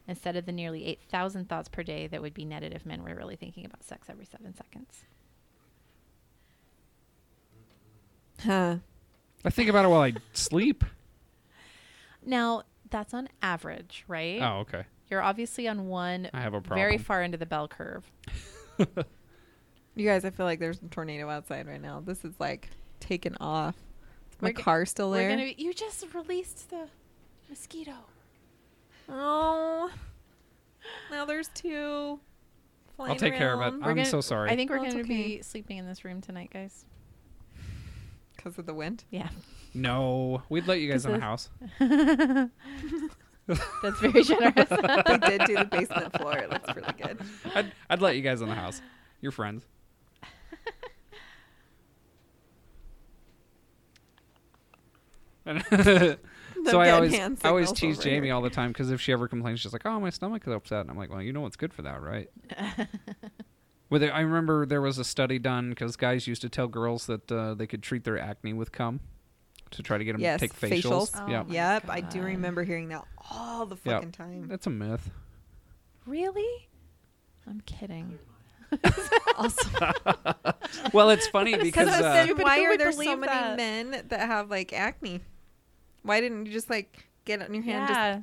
S5: instead of the nearly 8,000 thoughts per day that would be netted if men were really thinking about sex every seven seconds.
S4: Huh.
S6: I think about it while I sleep.
S5: Now, that's on average, right?
S6: Oh, okay.
S5: You're obviously on one
S6: I have a problem.
S5: very far into the bell curve.
S4: You guys, I feel like there's a tornado outside right now. This is like taken off. Is my
S5: We're g-
S4: car still
S5: We're
S4: there?
S5: gonna be, you just released the mosquito.
S4: Oh. Now there's two.
S6: I'll take care of it.
S5: We're
S6: I'm
S5: gonna-
S6: so sorry.
S5: I think we're
S4: Oh, it's
S5: going to
S4: okay.
S5: be sleeping in this room tonight, guys.
S4: Because of the wind.
S5: Yeah.
S6: no, we'd let you guys in the
S5: This is-
S6: house.
S5: That's very generous.
S4: they did do the basement floor. It looks really good.
S6: I'd, I'd let you guys in the house. You're friends. so I
S4: dead
S6: always,
S4: hand
S6: I always
S4: signals
S6: tease
S4: over
S6: Jamie
S4: here.
S6: all the time because if she ever complains, she's like, "Oh, my stomach is upset," and I'm like, "Well, you know what's good for that, right?" Well, there, I remember there was a study done because guys used to tell girls that uh, they could treat their acne with cum to try to get them
S4: Yes,
S6: to take
S4: facials.
S6: facials.
S5: Oh
S6: yeah,
S5: my
S4: Yep, I do
S5: God.
S4: remember hearing that all the
S6: Yeah.
S4: fucking time.
S6: that's a myth.
S5: really? I'm kidding.
S4: Also,
S6: Well, it's funny because
S4: because
S5: I
S6: uh,
S5: said- Stupid,
S4: why
S5: who
S4: are
S5: would
S4: there so
S5: believe
S4: many
S5: that?
S4: men that have like acne? Why didn't you just like get it in your hand?
S5: Yeah.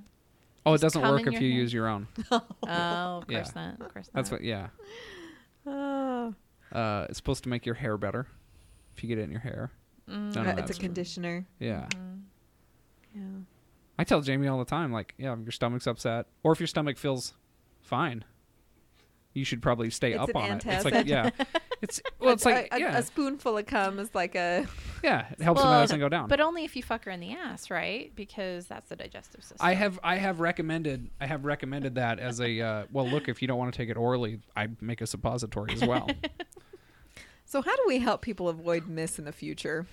S6: oh, it doesn't
S5: cum
S6: work
S5: in
S6: if
S5: your
S6: you
S5: hand.
S6: use your own.
S5: Oh, of
S6: Yeah.
S5: course not. Of course not.
S6: That's what. Yeah.
S4: Just, oh,
S6: Uh, it's supposed to make your hair better if you get it in your hair.
S5: Mm.
S6: No, no,
S4: Uh,
S6: that's
S4: it's a
S6: true.
S4: conditioner.
S6: Yeah.
S5: Mm.
S4: Yeah.
S6: I tell Jamie all the time, like, yeah, if your stomach's upset, or if your stomach feels fine, You should probably stay
S4: It's
S6: up
S4: an
S6: on it. It's like
S4: antacid.
S6: yeah, it's well, it's like
S4: a, a-
S6: yeah,
S4: a spoonful of cum is like a
S6: yeah. It helps the
S5: Well,
S6: medicine go down.
S5: But only if you fuck her in the ass, right? Because that's the digestive system.
S6: I have I have recommended I have recommended that as a uh, well look if you don't want to take it orally I make a suppository as well.
S4: So how do we help people avoid miss in the future?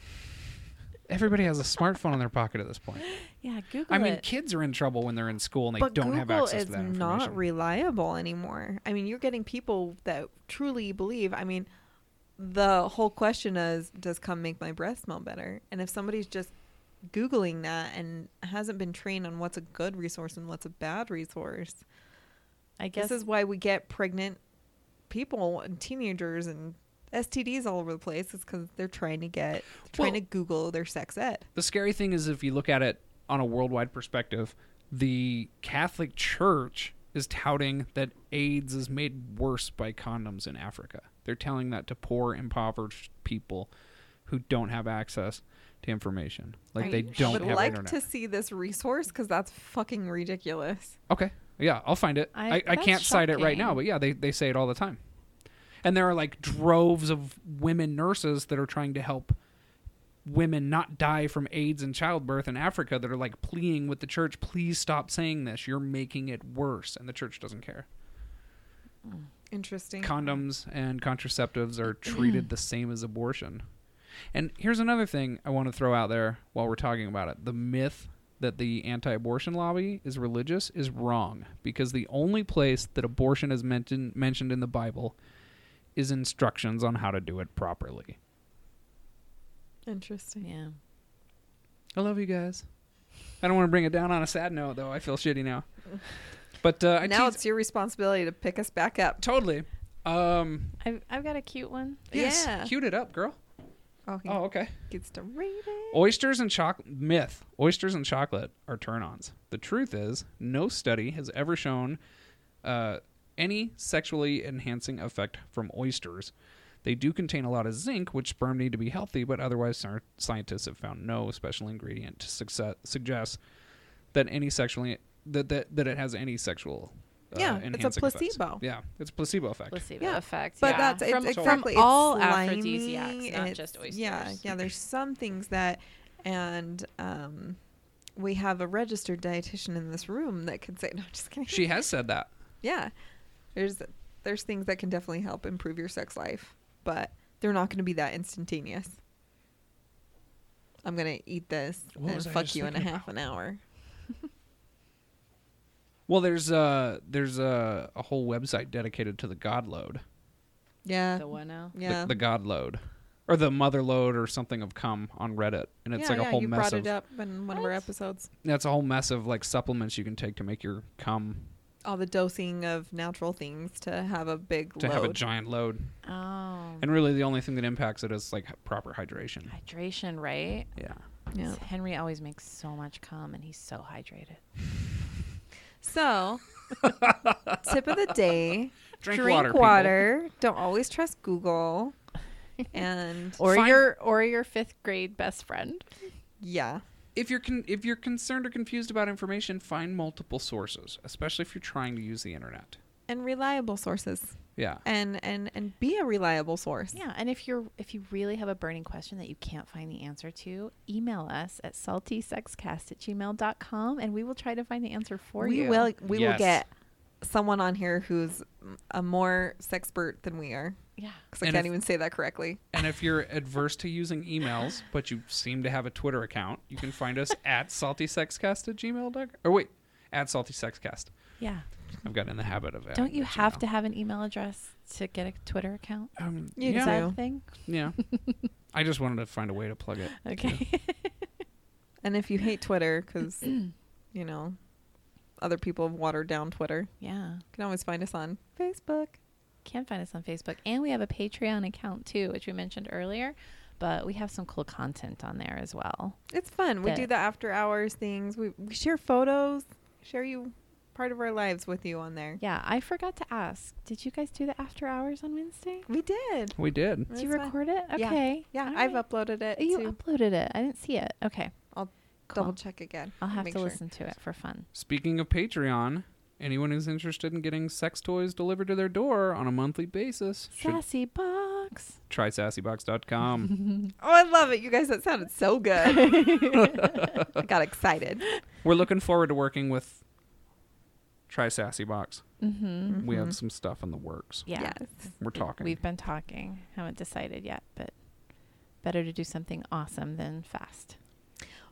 S6: Everybody has a smartphone in their pocket at this point.
S5: yeah, Google
S6: I mean,
S5: it.
S6: kids are in trouble when they're in school and they
S4: but
S6: don't
S4: Google
S6: have access
S4: is
S6: to that information.
S4: not reliable anymore. I mean, you're getting people that truly believe. I mean, the whole question is, does cum make my breath smell better? And if somebody's just googling that and hasn't been trained on what's a good resource and what's a bad resource,
S5: I guess
S4: this is why we get pregnant people and teenagers and STDs all over the place. It's because they're trying to get trying
S6: Well-
S4: to Google their sex ed.
S6: the scary thing is if you look at it on a worldwide perspective, the Catholic Church is touting that AIDS is made worse by condoms in Africa. They're telling that to poor impoverished people who don't have access to information. Like
S5: Are
S6: they
S5: you
S6: don't
S4: would
S6: have
S4: like
S6: internet.
S4: to see this resource because that's fucking ridiculous.
S6: Okay. Yeah, I'll find it.
S5: I-
S6: I, I,
S5: that's
S6: can't cite it right now,
S5: shocking.
S6: but yeah, they, they say it all the time. And there are like droves of women nurses that are trying to help women not die from AIDS and childbirth in Africa that are like pleading with the church, please stop saying this. You're making it worse. And the church doesn't care.
S4: Interesting.
S6: Condoms and contraceptives are treated the same as abortion. And here's another thing I want to throw out there while we're talking about it. The myth that the anti abortion lobby is religious is wrong because the only place that abortion is mentioned, mentioned in the Bible is instructions on how to do it properly.
S4: Interesting.
S5: yeah.
S6: I love you guys. I don't want to bring it down on a sad note, though. I feel shitty now. But uh, I
S4: now
S6: tease-
S4: it's your responsibility to pick us back up.
S6: totally. Um,
S5: I've, I've got a cute one.
S6: yes,
S4: Yeah.
S6: cute it up, girl.
S4: Oh, he
S6: Oh, okay.
S4: gets to read it.
S6: Oysters and chocolate myth. Oysters and chocolate are turn-ons. The truth is, no study has ever shown uh, any sexually enhancing effect from oysters. They do contain a lot of zinc, which sperm need to be healthy, but otherwise sar- scientists have found no special ingredient to success- suggest that any sexually that, that that it has any sexual uh,
S4: Yeah, it's a
S6: enhancing effects.
S4: placebo.
S6: Yeah, it's a placebo effect.
S5: Placebo
S4: Yeah,
S5: effect.
S4: But
S5: yeah.
S4: that's it's
S5: from,
S4: exactly
S5: from
S4: it's
S5: all
S4: slimy,
S5: aphrodisiacs, not
S4: it's-
S5: just oysters.
S4: Yeah, yeah. There's some things that, and um, we have a registered dietitian in this room that can say. No, just kidding.
S6: She has said that.
S4: yeah, there's there's things that can definitely help improve your sex life, but they're not going to be that instantaneous. I'm gonna eat this
S6: What
S4: and
S6: was I
S4: fuck
S6: just
S4: you in a
S6: thinking
S4: half an hour.
S6: Well, there's uh there's uh, a whole website dedicated to the God load.
S4: Yeah,
S5: The one oh. now.
S4: yeah.
S6: the, the god load or the mother load or something of cum on reddit and it's
S4: yeah,
S6: like a
S4: yeah,
S6: whole
S4: you
S6: mess
S4: brought it
S6: of
S4: up in one of our
S5: What?
S4: episodes.
S6: that's a whole mess of like supplements you can take to make your cum
S4: All the dosing of natural things to have a big
S6: to
S4: load.
S6: have a giant load
S5: Oh.
S4: Mm-hmm.
S6: and really the only thing that impacts it is like h- proper hydration
S5: Hydration, right?
S6: yeah
S4: yeah.
S5: Henry always makes so much cum, and he's so hydrated.
S4: So, tip of the day:
S6: Drink water, people.
S4: water. Don't always trust Google. And
S5: Or
S6: Fine.
S5: your or your fifth grade best friend.
S4: yeah,
S6: if you're con- if you're concerned or confused about information find multiple sources especially if you're trying to use the internet
S4: and reliable sources,
S6: yeah
S4: and and and be a reliable source.
S5: Yeah, and if you're if you really have a burning question that you can't find the answer to, email us at saltysexcast at gmail.com and we will try to find the answer for
S4: we
S5: you.
S4: will we will
S6: Yes.
S4: get someone on here who's a more sexpert than we are
S5: Yeah.
S4: because I
S6: And
S4: can't
S6: if-
S4: even say that correctly.
S6: and if you're adverse to using emails but you seem to have a twitter account you can find us at saltysexcast at gmail dot or wait at saltysexcast
S5: Yeah.
S6: I've gotten in the habit of.
S5: Don't you have to have an email address to get a Twitter account?
S6: Um,
S4: You
S5: Is
S6: yeah,
S5: that a
S4: do.
S5: thing?
S6: yeah. I just wanted to find a way to plug it.
S5: Okay.
S4: And if you hate Twitter, because you know other people have watered down Twitter,
S5: yeah.
S4: you can always find us on Facebook.
S5: Can find us on Facebook. And we have a Patreon account too, which we mentioned earlier. But we have some cool content on there as well.
S4: It's fun. We
S5: That-
S4: do the after hours things. We we share photos, share you part of our lives with you on there.
S5: Yeah, I forgot to ask. Did you guys do the after hours on Wednesday?
S4: We did.
S6: We did.
S5: Did you
S4: That's fun.
S5: record it?
S4: Yeah.
S5: Okay.
S4: Yeah,
S5: All
S4: I've
S5: right.
S4: uploaded it.
S5: Oh, You
S4: to
S5: uploaded it. I didn't see it. Okay.
S4: I'll
S5: Cool.
S4: double check again.
S5: I'll have
S4: make
S5: to
S4: sure.
S5: listen to it for fun.
S6: Speaking of Patreon, Anyone who's interested in getting sex toys delivered to their door on a monthly basis should
S5: Sassy box.
S6: try sassybox.com.
S4: Oh, I love it. You guys, that sounded so good. I got excited.
S6: We're looking forward to working with Try Sassy Box. Mm-hmm. We have some stuff in the works.
S5: Mm. Yeah.
S4: Yes.
S6: We're talking.
S5: We've been talking. Haven't decided yet, but better to do something awesome than fast.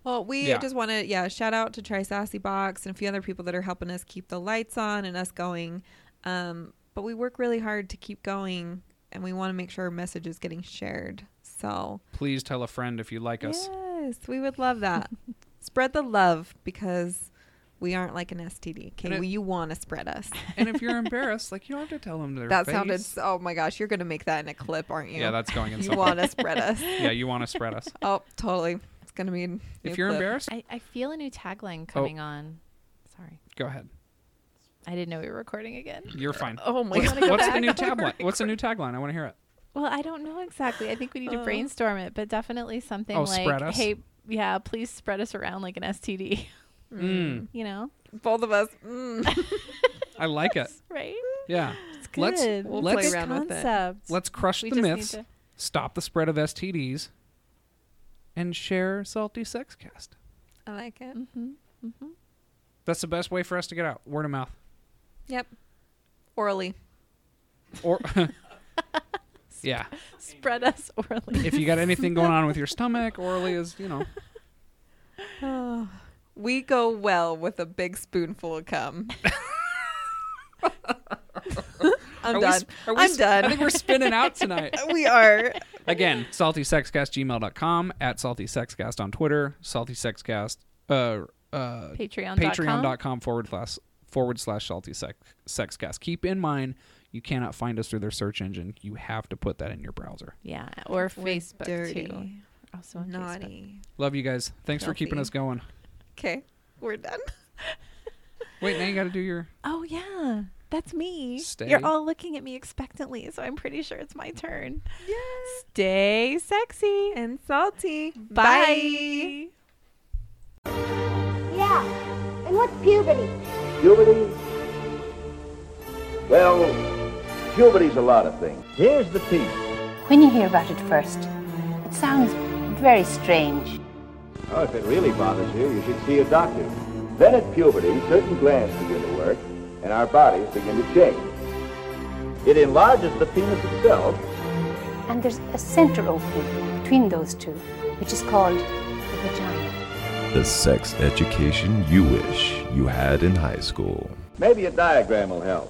S4: Well, we
S6: Yeah.
S4: just want to, yeah, shout out to Try Sassy Box and a few other people that are helping us keep the lights on and us going. Um, but we work really hard to keep going and we want to make sure our message is getting shared. So,
S6: Please tell a friend if you like us.
S4: yes, we would love that. spread the love because we aren't like an STD. Okay,
S6: And it-
S4: well, you want to spread us.
S6: And if you're embarrassed, like you don't have to tell them to their
S4: That
S6: face.
S4: sounded, so- oh my gosh, you're going to make that in a clip, aren't you?
S6: Yeah, that's going in
S4: You
S6: somewhere.
S4: want to spread us.
S6: yeah, you want to spread us.
S4: Oh, totally. It's going to be. a new
S6: If you're
S4: clip.
S6: embarrassed,
S5: I, I feel a new tagline
S6: Oh.
S5: coming on. Sorry.
S6: go ahead.
S5: I didn't know we were recording again.
S6: You're fine.
S5: Oh my
S6: What's,
S5: God, I got
S6: what's the
S5: back
S6: new
S5: on
S6: tagline? What's the new tagline? I want to hear it.
S5: Well, I don't know exactly. I think we need to brainstorm it, but definitely something
S6: Oh,
S5: like,
S6: spread us?
S5: "Hey, yeah, please spread us around like an STD." Hmm.
S6: Mm.
S5: you know,
S4: Both of us. Mm.
S6: I like it.
S5: right?
S6: Yeah.
S5: It's good.
S6: Let's-
S4: We'll
S6: Let's-
S4: play
S5: Good
S4: around with it.
S5: concept.
S6: Let's crush
S5: We
S6: the
S5: just need
S6: myths,
S5: to-
S6: stop the spread of STDs, and share Salty Sexcast.
S4: I like it.
S6: That's the best way for us to get out. Word of mouth.
S4: Yep. Orally.
S6: Or Yeah.
S5: spread us orally.
S6: If you got anything going on with your stomach, orally is, you know.
S4: We go well with a big spoonful of cum. I'm
S6: Are we
S4: done.
S6: sp- are we
S4: I'm
S6: sp-
S4: done.
S6: I think we're spinning out tonight.
S4: we are.
S6: Again, saltysexcastgmail.com, at saltysexcast on Twitter, saltysexcast, uh, uh,
S5: Patreon.
S6: patreon.com forward slash forward slash salty sex, sexcast keep in mind you cannot find us through their search engine you have to put that in your browser
S5: Yeah, or
S4: We're
S5: Facebook too.
S4: dirty,
S5: Also on Facebook.
S4: Naughty.
S6: love you guys thanks for keeping
S4: Filthy.
S6: us going
S4: Okay. We're done.
S6: wait now you gotta do your
S5: Oh yeah, that's me.
S6: Stay-
S5: You're all looking at me expectantly, so I'm pretty sure it's my turn. Stay sexy.
S4: And salty.
S5: Bye.
S2: Yeah. And what's puberty?
S3: Puberty? Well, puberty's a lot of things. Here's the piece.
S9: When you hear about it first, it sounds very strange.
S3: Oh, if it really bothers you, you should see a doctor. Then at puberty, certain glands begin to work, and our bodies begin to change. It enlarges the penis itself.
S9: And there's a center opening between those two, which is called the vagina.
S1: The sex education you wish you had in high school.
S3: Maybe a diagram will help.